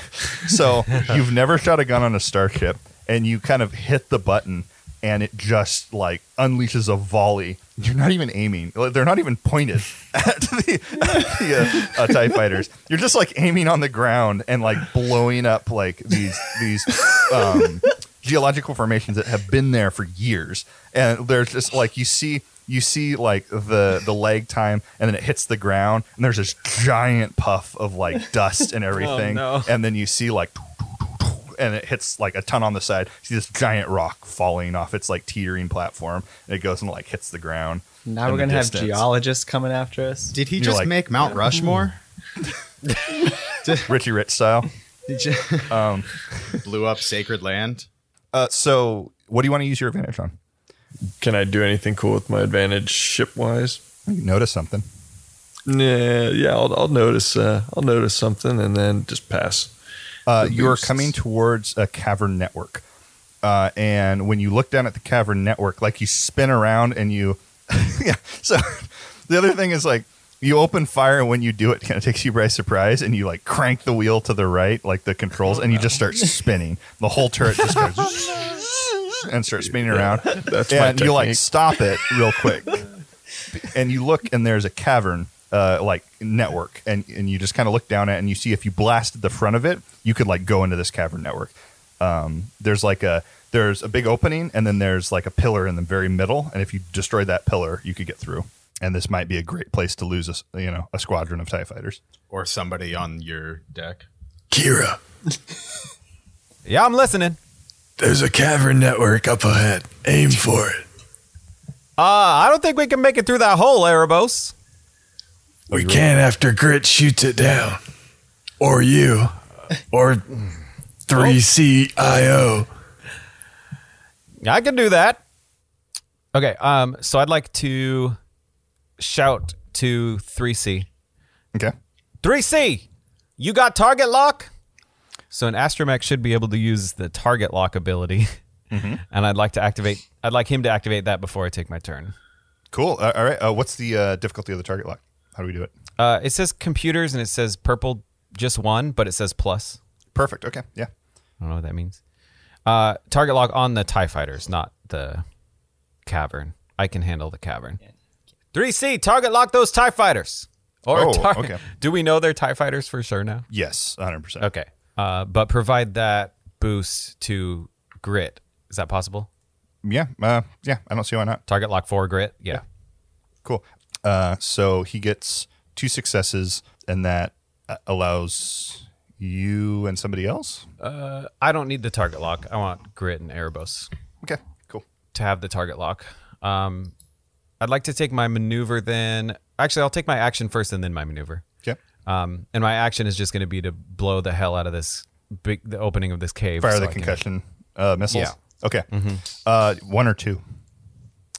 C: so you've never shot a gun on a starship, and you kind of hit the button, and it just like unleashes a volley. You're not even aiming; Like, they're not even pointed at the, at the uh, uh, Tie fighters. You're just like aiming on the ground and like blowing up like these these um, geological formations that have been there for years, and there's just like you see. You see, like the the lag time, and then it hits the ground, and there's this giant puff of like dust and everything,
H: no.
C: and then you see like and it hits like a ton on the side. You see this giant rock falling off its like teetering platform, and it goes and like hits the ground.
F: Now
C: in
F: we're
C: the
F: gonna have
C: distance.
F: geologists coming after us.
B: Did he
C: You're
B: just
C: like-
B: make Mount Rushmore?
C: Richie Rich style.
B: Did you blew up sacred land?
C: Uh, so, what do you want to use your advantage on?
G: Can I do anything cool with my advantage ship wise?
C: You notice something.
G: Nah, yeah, I'll, I'll notice. Uh, I'll notice something and then just pass.
C: Uh,
G: The
C: you are
G: boosts.
C: coming towards a cavern network. Uh, and when you look down at the cavern network, like you spin around and you. yeah. So the other thing is like you open fire, and when you do it, kind of takes you by surprise, and you like crank the wheel to the right, like the controls, and you just start spinning. The whole turret just goes and starts spinning around.
G: That's my
C: and you like
G: technique.
C: stop it real quick and you look and there's a cavern uh, like network and, and you just kind of look down at it and you see if you blasted the front of it you could like go into this cavern network um, there's like a there's a big opening and then there's like a pillar in the very middle and if you destroy that pillar you could get through and this might be a great place to lose a s- you know a squadron of tie fighters
B: Or somebody on your deck?
D: Kira,
H: Yeah, I'm listening.
D: there's a cavern network up ahead. Aim for it.
H: Uh, I don't think we can make it through that hole, Erebos.
D: We can after Grit shoots it down. Or you. Or 3CIO.
H: I can do that. Okay. Um. So I'd like to shout to 3C.
C: okay
H: 3C, you got target lock? So an astromech should be able to use the target
C: Mm-hmm.
H: lock ability, and I'd like to activate. I'd like him to activate that before I take my turn.
C: Cool. Uh, all right. Uh, what's the uh, difficulty of the target lock? How do we do it?
H: Uh, it says computers and it says purple, just one, but it says plus.
C: Perfect. Okay. Yeah.
H: I don't know what that means. Uh, target lock on the TIE fighters, not the cavern. I can handle the cavern. 3C, target lock those TIE fighters. Or
C: Oh,
H: tar-
C: okay.
H: Do we know they're TIE fighters for sure now?
C: Yes. 100%.
H: Okay. Uh, but provide that boost to grit. Is that possible?
C: Yeah. Uh, yeah. I don't see why not.
H: Target lock four grit? Yeah.
C: Cool. Uh, so he gets two successes, and that uh, allows you and somebody else.
H: I don't need the target lock. I want grit and Erebos
C: Okay. Cool.
H: to have the target lock. Um, I'd like to take my maneuver then. Actually, I'll take my action first and then my maneuver.
C: Okay.
H: Um, and my action is just going to be to blow the hell out of this big, the opening of this cave.
C: Fire
H: so
C: the
H: I can-
C: concussion uh, missiles.
H: Yeah. Mm-hmm.
C: Okay. Uh, one or two.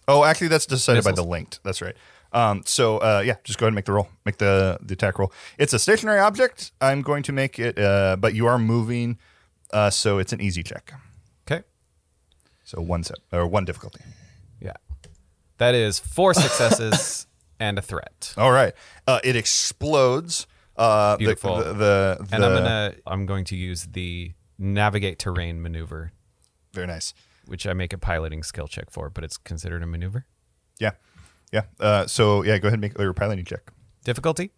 C: Oh, actually, that's decided by
H: Missiles.
C: the linked. That's right. Um, so uh, yeah, just go ahead and make the roll. Make the the attack roll. It's a stationary object. I'm going to make it, uh, but you are moving, uh, so it's an easy check.
H: Okay.
C: So one set or one difficulty.
H: Yeah. That is four successes and a threat.
C: All right. Uh, it explodes. Uh, the-
H: Beautiful.
C: The, the, the,
H: And I'm gonna I'm going to use the navigate terrain maneuver,
C: very nice.
H: which I make a piloting skill check for, but it's considered a maneuver.
C: Yeah, yeah. Uh, so yeah, go ahead and make your piloting check.
H: Difficulty?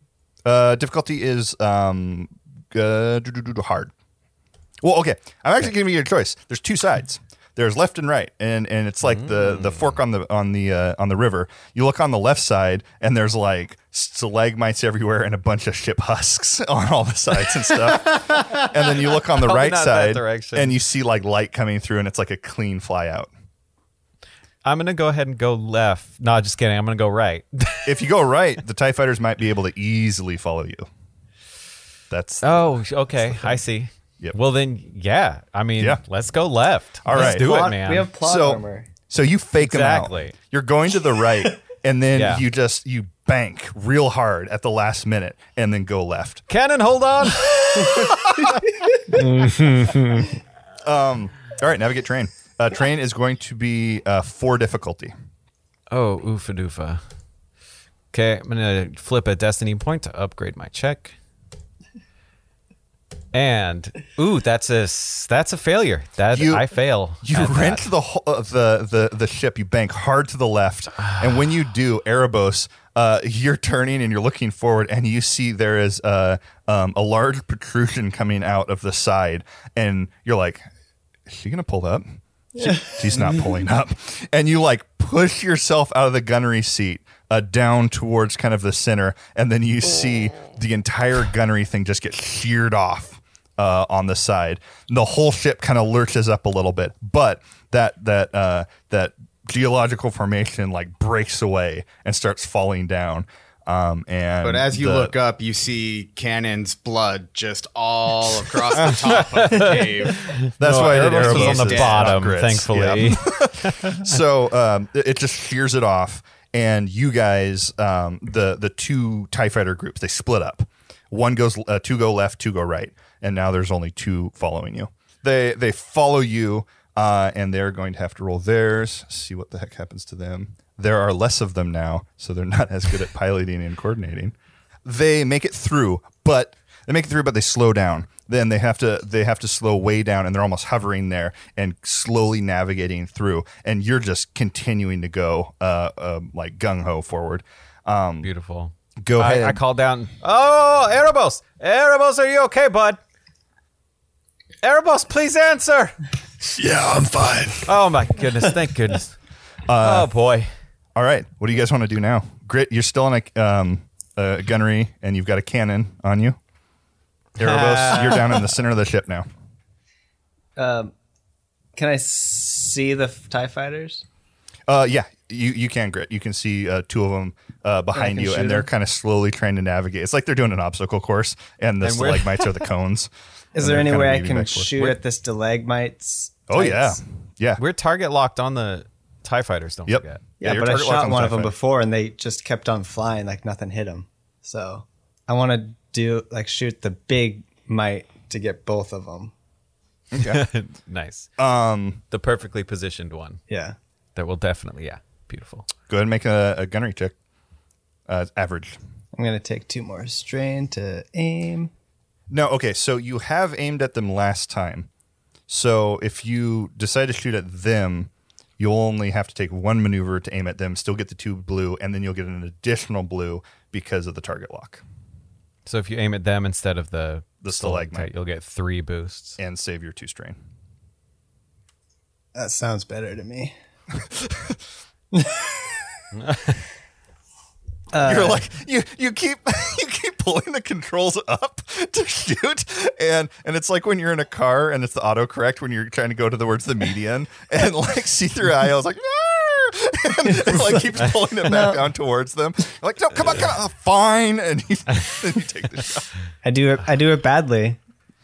C: Uh, difficulty is um, uh, do- do- do- do hard. Well, okay. I'm actually giving you a choice. There's two sides. There's left and right, and and it's like the
H: Mm.
C: the fork on the on the uh, on the river. You look on the left side, and there's like stalagmites everywhere and a bunch of ship husks on all the sides and stuff. and then you look on the right
H: not that
C: side,
H: direction.
C: and you see like light coming through, and it's like a clean fly out.
H: I'm gonna go ahead and go left. No, just kidding. I'm gonna go right.
C: If you go right, the Tie Fighters might be able to easily follow you. That's
H: oh, okay. I see.
C: Yep.
H: Well then, yeah. I mean,
C: Yeah.
H: let's go left.
C: All
H: let's
C: right.
H: do it,
F: Plot-
H: man.
F: We have plot
C: so.
F: armor.
C: So you fake them
H: Exactly.
C: out. You're going to the right, and then
H: Yeah.
C: you just you bank real hard at the last minute, and then go left.
H: Cannon, hold on.
C: All right, navigate train. Uh, train is going to be uh, four difficulty.
H: oh, oofa doofa. Okay, I'm gonna flip a destiny point to upgrade my check. And ooh, that's a s- that's a failure. That
C: You-
H: I fail.
C: You
H: at
C: rent
H: that.
C: the, whole, uh, the the the ship. You bank hard to the left, and when you do, Erebos, uh, you're turning and you're looking forward, and you see there is uh, um, a large protrusion coming out of the side, and you're like, "Is she gonna pull up? She- she's not pulling up." And you like push yourself out of the gunnery seat. Uh, down towards kind of the center, and then you see the entire gunnery thing just get sheared off uh, on the side. And the whole ship kind of lurches up a little bit, but that that uh, that geological formation like breaks away and starts falling down. Um, and
B: But as you
C: the-
B: look up, you see Cannon's blood just all across the top of the cave.
H: Oh,
C: that's why I did
B: Erebus
C: Erebus
B: was on the
C: is
H: bottom,
C: grits.
H: thankfully.
C: Yeah. so um, it it just shears it off, and you guys, um, the the two Tie Fighter groups, they split up. One goes, uh, two go left, two go right, and now there's only two following you. They they follow you, uh, and they're going to have to roll theirs. See what the heck happens to them. There are less of them now, so they're not as good at piloting and coordinating. They make it through, but they make it through, but they slow down. Then they have to they have to slow way down, and they're almost hovering there and slowly navigating through. And you're just continuing to go uh, uh, like gung ho forward. Um,
H: Beautiful.
C: go ahead.
H: I, I called down. Oh, Erebos! Erebos, are you okay, bud? Erebos, please answer.
D: Yeah, I'm fine.
H: Oh my goodness! Thank goodness.
C: Uh,
H: oh boy.
C: All right, what do you guys want to do now? Grit, you're still in a, um, a gunnery, and you've got a cannon on you. Erebos, you're down in the center of the ship now.
F: Can I see the f- Tie Fighters?
C: Uh, yeah, you you can grit. You can see uh, two of them uh, behind
F: can
C: you,
F: shoot
C: and they're
F: them.
C: kind of slowly trying to navigate. It's like they're doing an obstacle course, and the
H: And we're-
C: stalagmites are the cones.
F: Is
C: And
F: there
C: they're
F: any
C: kinda
F: way I
C: weaving
F: can
C: back and forth.
F: shoot at the stalagmites?
C: Oh yeah,
F: Tights?
C: yeah.
H: We're target locked on the Tie Fighters. Don't
C: Yep.
H: forget.
F: Yeah,
C: your
F: but I
C: target lock
F: shot
C: on
F: one
C: the
F: of them
C: sci-fi.
F: before, and they just kept on flying like nothing hit them. So I want to do like shoot the big mite to get both of them.
H: nice. Um, the perfectly positioned one
F: Yeah.
H: that will definitely yeah. Beautiful.
C: Go ahead and make a, a gunnery check. Uh, it's average.
F: I'm gonna take two more strain to aim.
C: No, okay. So you have aimed at them last time. So if you decide to shoot at them, you'll only have to take one maneuver to aim at them, still get the two blue, and then you'll get an additional blue because of the target lock
H: So if you aim at them instead of the
C: The stalagmite.
H: you'll get three boosts.
C: and save your two strain.
F: That sounds better to me.
C: You're like you you keep you keep pulling the controls up to shoot and and it's like when you're in a car and it's the autocorrect when you're trying to go to the words the median and like see through eye I was like "Ah!" and it like keeps pulling it back down towards them. You're like, no, come on, come on, "Oh, fine. And you, then you take the shot.
F: I do it. I do it badly,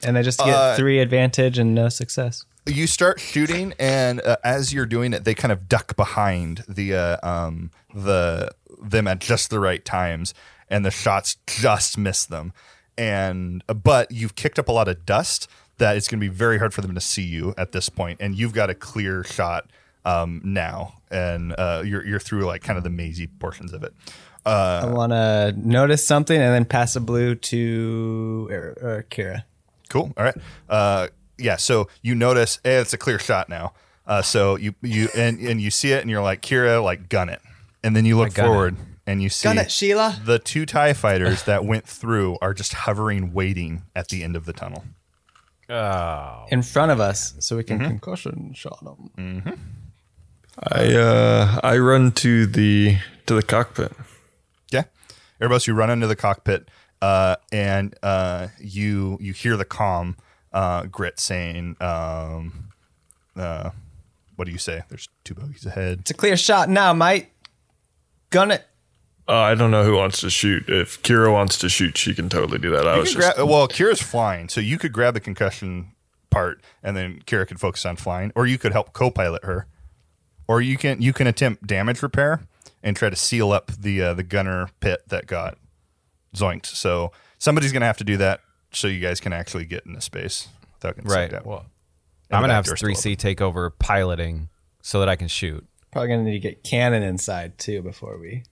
F: and I just get
C: Uh,
F: three advantage and no success.
C: you start shooting and uh, as you're doing it they kind of duck behind the uh, um, the them at just the right times and the shots just miss them and uh, but you've kicked up a lot of dust that it's going to be very hard for them to see you at this point and you've got a clear shot um, now and uh, you're, you're through like kind of the mazy portions of it uh,
F: I want to notice something and then pass a blue to or, or Kira.
C: Cool. All right. Uh, yeah. So you notice, hey, it's a clear shot now. Uh, so you you and and you see it, and you're like, Kira, like gun it, and then you look forward and you see
F: Sheila.
C: the two Tie fighters that went through are just hovering, waiting at the end of the tunnel.
F: In front of us, so we can concussion shot them.
G: I uh, I run to the to the cockpit.
C: Yeah. Airbus, you run into the cockpit, uh, and uh, you you hear the calm uh, grit saying, um, uh, "What do you say? There's two bogies ahead."
F: It's a clear shot now, mate. Gun it.
G: Uh, I don't know who wants to shoot. If Kira wants to shoot, she can totally do that. I
C: You
G: was
C: could
G: just
C: grab, well, Kira's flying, so you could grab the concussion part, and then Kira could focus on flying, or you could help co-pilot her, or you can you can attempt damage repair and try to seal up the uh, the gunner pit that got zoinked. So somebody's gonna have to do that, so you guys can actually get into space without getting
H: Right.
C: sucked out.
H: Well,
C: And
H: I'm
C: the
H: gonna have
C: back door's
H: three
C: still
H: C take over piloting so that I can shoot.
F: Probably gonna need to get cannon inside too before we.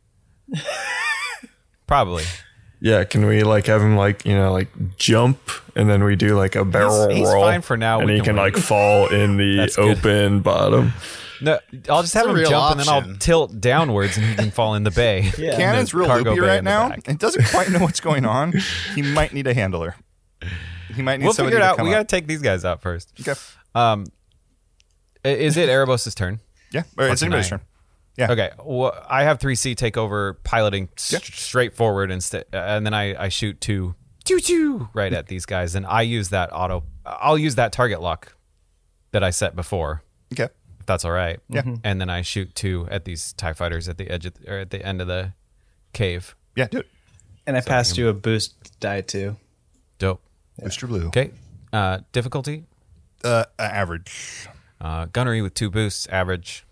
H: Probably.
G: yeah. Can we like have him like you know like jump and then we do like a barrel
H: he's
G: roll?
H: fine for now.
G: and
H: We
G: he
H: can
G: can
H: wait.
G: like fall in the
H: That's good.
G: open bottom.
H: No, I'll just have
B: a
H: him
B: real
H: jump and then I'll
B: option.
H: tilt downwards and he can fall in the bay.
C: open. Cannon's real
H: Cargo
C: loopy
H: bay
C: right
H: in the
C: now.
H: back.
C: It doesn't quite know what's going on. he might need a handler. He might need
H: We'll
C: somebody
H: figure it
C: to
H: out.
C: come
H: We
C: up.
H: got to take these guys out first.
C: Okay.
H: Um, i- is it Erebos' turn?
C: Yeah, All right, it's
H: Fucking
C: anybody's
H: I.
C: turn. Yeah.
H: Okay. Well, I have 3C take over piloting s- straight forward and, st- and then I, I shoot two, two, two right at these guys. And I use that auto, I'll use that target lock that I set before,
C: Okay.
H: if that's all right.
C: Yeah. Mhm.
H: And then I shoot two at these TIE fighters at the edge of, or at the end of the cave.
C: Yeah, do it.
F: And I passed you a boost die too.
H: Dope.
C: Booster blue.
H: Okay. Uh, difficulty
C: Uh, average.
H: Uh, gunnery with two boosts, average.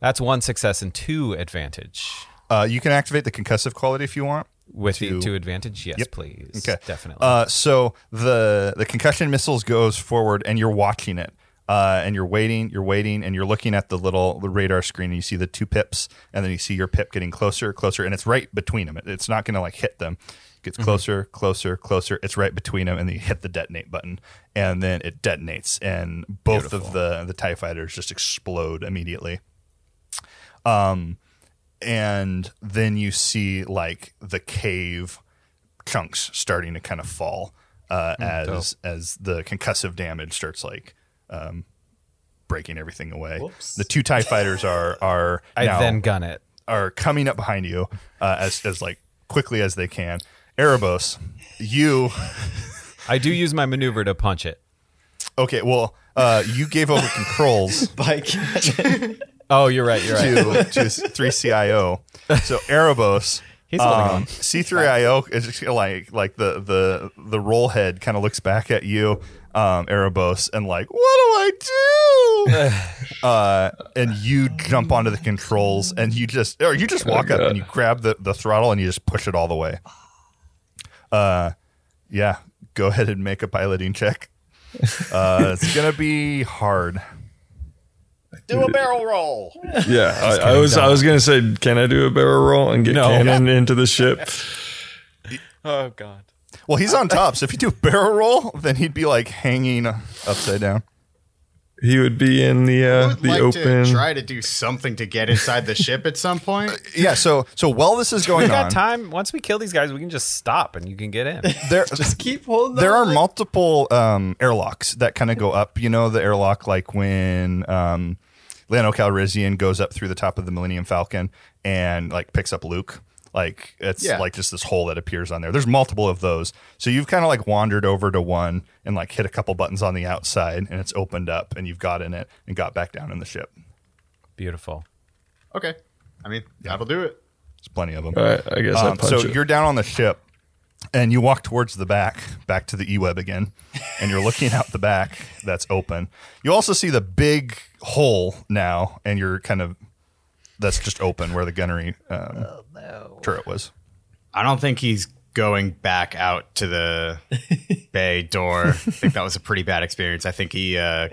H: That's one success and two advantage.
C: Uh, you can activate the concussive quality if you want.
H: With
C: Two.
H: the two advantage, yes,
C: Yep.
H: please.
C: Okay,
H: Definitely.
C: Uh, so the the concussion missiles goes forward, and you're watching it, uh, and you're waiting, you're waiting, and you're looking at the little the radar screen, and you see the two pips, and then you see your pip getting closer, closer, and it's right between them. It, it's not going to like hit them. It
H: Mm-hmm.
C: gets closer, closer, closer. It's right between them, and then you hit the detonate button, and then it detonates, and both of the the tie fighters just explode immediately. Um, and then you see like the cave chunks starting to kind of fall uh,
H: Hmm,
C: as as the concussive damage starts like um, breaking everything away. The two Tie fighters are are
H: I
C: now
H: then gun it.
C: are coming up behind you uh, as as like quickly as they can. Erebos, you
H: I do use my maneuver to punch it.
C: okay? Well, uh, you gave over controls.
F: Bike.
H: Oh, you're right. You're right.
C: to to three CIO. So Erebos. He's C three IO is just like like the the the roll head kind of looks back at you, um, Erebos, and like, what do I do? uh, and you jump onto the controls and you just or you just walk up and you grab the, the throttle and you just push it all the way. Uh, yeah, go ahead and make a piloting check. Uh, it's gonna be hard.
G: I
A: Do a barrel roll.
G: Yeah, I, I was I was gonna say, can I do a barrel roll and get Cannon into the ship?
H: Oh God.
C: Well, he's on top, so if you do a barrel roll, then he'd be like hanging upside down.
G: He would be in the uh,
B: would
G: the
B: like
G: open.
B: to try to do something to get inside the ship at some point.
C: Yeah. So so while this is going
H: We got
C: on,
H: time. Once we kill these guys, we can just stop and you can get in.
C: there
F: Keep holding.
C: there are multiple um, airlocks that kind of go up. You know, the airlock like when um, Lando Calrissian goes up through the top of the Millennium Falcon and like picks up Luke. Like it's
B: Yeah.
C: like just this hole that appears on there. There's multiple of those. So you've kind of like wandered over to one and like hit a couple buttons on the outside and it's opened up and you've got in it and got back down in the ship.
H: Beautiful.
B: Okay, I mean that'll do it.
C: There's plenty of them.
G: All right, I guess I
C: Um,
G: punch
C: so
G: it.
C: you're down on the ship and you walk towards the back back to the e-web again and you're looking out the back that's open you also see the big hole now and you're kind of that's just open where the gunnery um, turret was
B: I don't think he's going back out to the bay door. I think that was a pretty bad experience. I think he uh,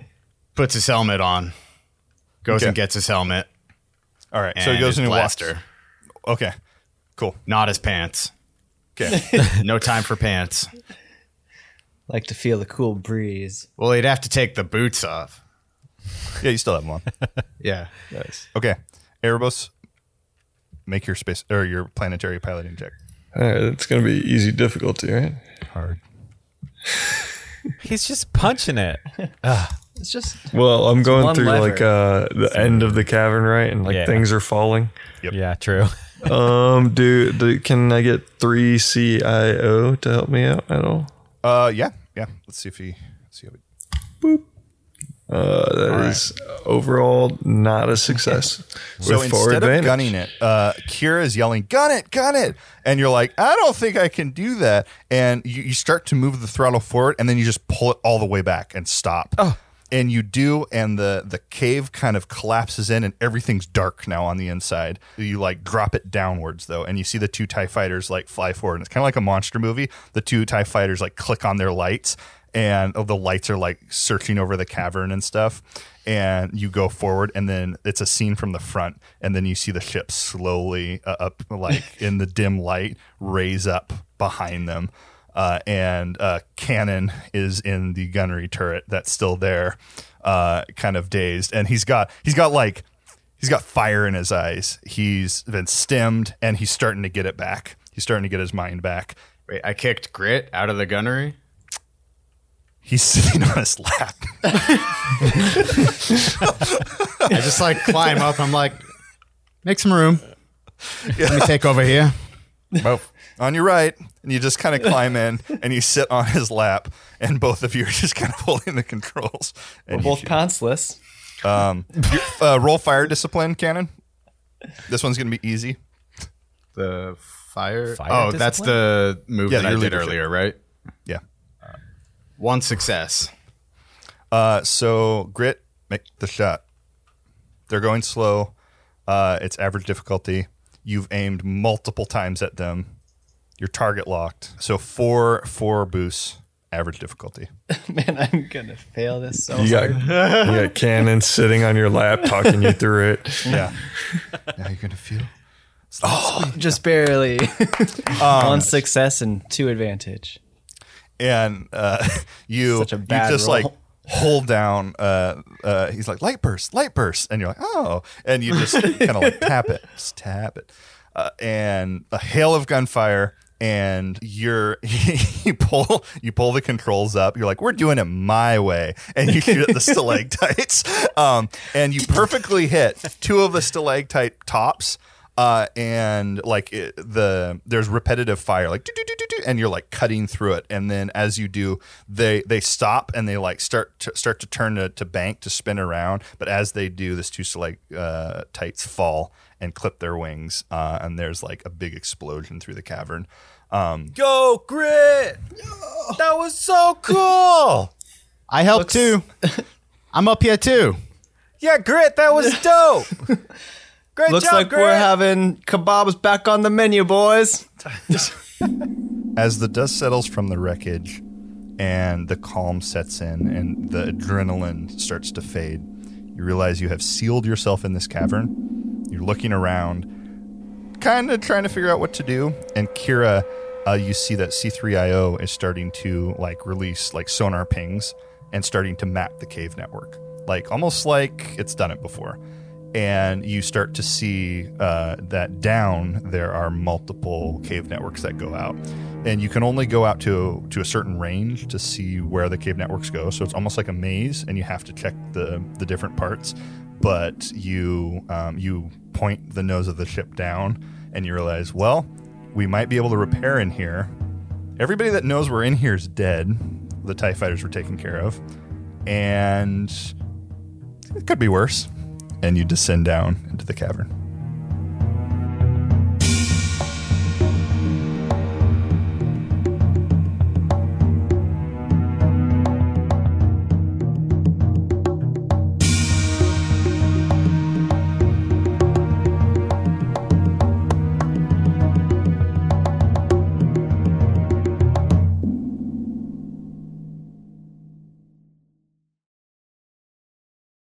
B: puts his helmet on, goes
C: Okay.
B: and gets his helmet,
C: all right
B: and
C: so he goes
B: his
C: in and walks
B: blaster,
C: okay cool
B: not his pants.
C: okay
B: No time for pants.
F: Like to feel the cool breeze.
B: Well, he'd have to take the boots off.
C: yeah you still have them on
B: Yeah.
C: okay erebus make your space or your planetary piloting check
G: All right, it's gonna be easy difficulty, right?
C: hard
H: He's just punching it.
F: It's just
G: Well, I'm going
F: one
G: through
F: lever.
G: like uh, the end of the cavern, right? And like
H: Yeah.
G: things are falling.
H: Yeah, true.
G: Um, do, do can I get three CIO to help me out at all?
C: uh yeah yeah let's see if he let's see how he
G: Uh, that is overall not a success.
C: So
G: With forward
C: instead of
G: advantage.
C: gunning it, uh, Kira's yelling, "Gun it, gun it!" And you're like, "I don't think I can do that." And you, you start to move the throttle forward, and then you just pull it all the way back and stop. And you do, and the the cave kind of collapses in, and everything's dark now on the inside. You like drop it downwards though, and you see the two Tie fighters like fly forward, and it's kind of like a monster movie. The two Tie fighters like click on their lights, and oh, the lights are like searching over the cavern and stuff and you go forward and then it's a scene from the front and then you see the ship slowly uh, up like in the dim light raise up behind them uh, and uh, cannon is in the gunnery turret that's still there uh, kind of dazed and he's got he's got like he's got fire in his eyes he's been stemmed and he's starting to get it back he's starting to get his mind back
B: Wait, I kicked Grit out of the gunnery.
C: he's sitting on his lap
B: I just like climb up. I'm like, make some room. Let me take over here.
C: on your right, and you just kind of climb in and you sit on his lap, and both of you are just kind of holding the controls. And you
F: both
C: shoot.
F: pantsless.
C: uh, roll fire discipline, cannon. This one's gonna be easy.
B: The fire.
H: Fire
B: oh, that's
H: discipline?
B: the move
C: Yeah,
B: that I
C: your
B: did
C: leadership.
B: earlier, right?
C: Yeah.
B: One success.
C: Uh, so grit, make the shot. They're going slow. Uh, it's average difficulty. You've aimed multiple times at them. Your target locked. So four four boosts, average difficulty.
F: Man, I'm gonna fail this so
G: you
F: hard.
G: got you got Cannon sitting on your lap talking you through it.
C: Yeah. now you're gonna feel.
F: Just barely. One success and two advantage.
C: and uh, you
F: Such a
C: you
F: bad
C: just
F: roll.
C: like hold down. Uh, uh, he's like light burst, light burst, and you're like oh, and you just kind of like tap it, just tap it, uh, and a hail of gunfire. And you're you pull you pull the controls up. You're like, we're doing it my way, and you shoot at the stalactites. Um, and you perfectly hit two of the stalactite tops, uh, and like it, the there's repetitive fire like do, do, do, do, do, and you're like cutting through it and then as you do they they stop and they like start to start to turn to, to bank to spin around but as they do this two like uh, tights fall and clip their wings uh, and there's like a big explosion through the cavern um,
H: Go grit. That was so cool.
B: I helped too. I'm up here too.
H: Yeah, grit. That was dope. Great
F: Looks
H: job,
F: like
H: grit.
F: we're having kebabs back on the menu, boys.
C: as the dust settles from the wreckage and the calm sets in and the adrenaline starts to fade, You realize you have sealed yourself in this cavern. You're looking around, kind of trying to figure out what to do. And Kira, uh, you see that C3IO is starting to like release like sonar pings and starting to map the cave network, like almost like it's done it before. And you start to see uh, that down there are multiple cave networks that go out, and you can only go out to to a certain range to see where the cave networks go. So it's almost like a maze, and you have to check the the different parts but you um, you point the nose of the ship down and you realize well we might be able to repair in here everybody that knows we're in here is dead the tie fighters were taken care of and it could be worse and you descend down into the cavern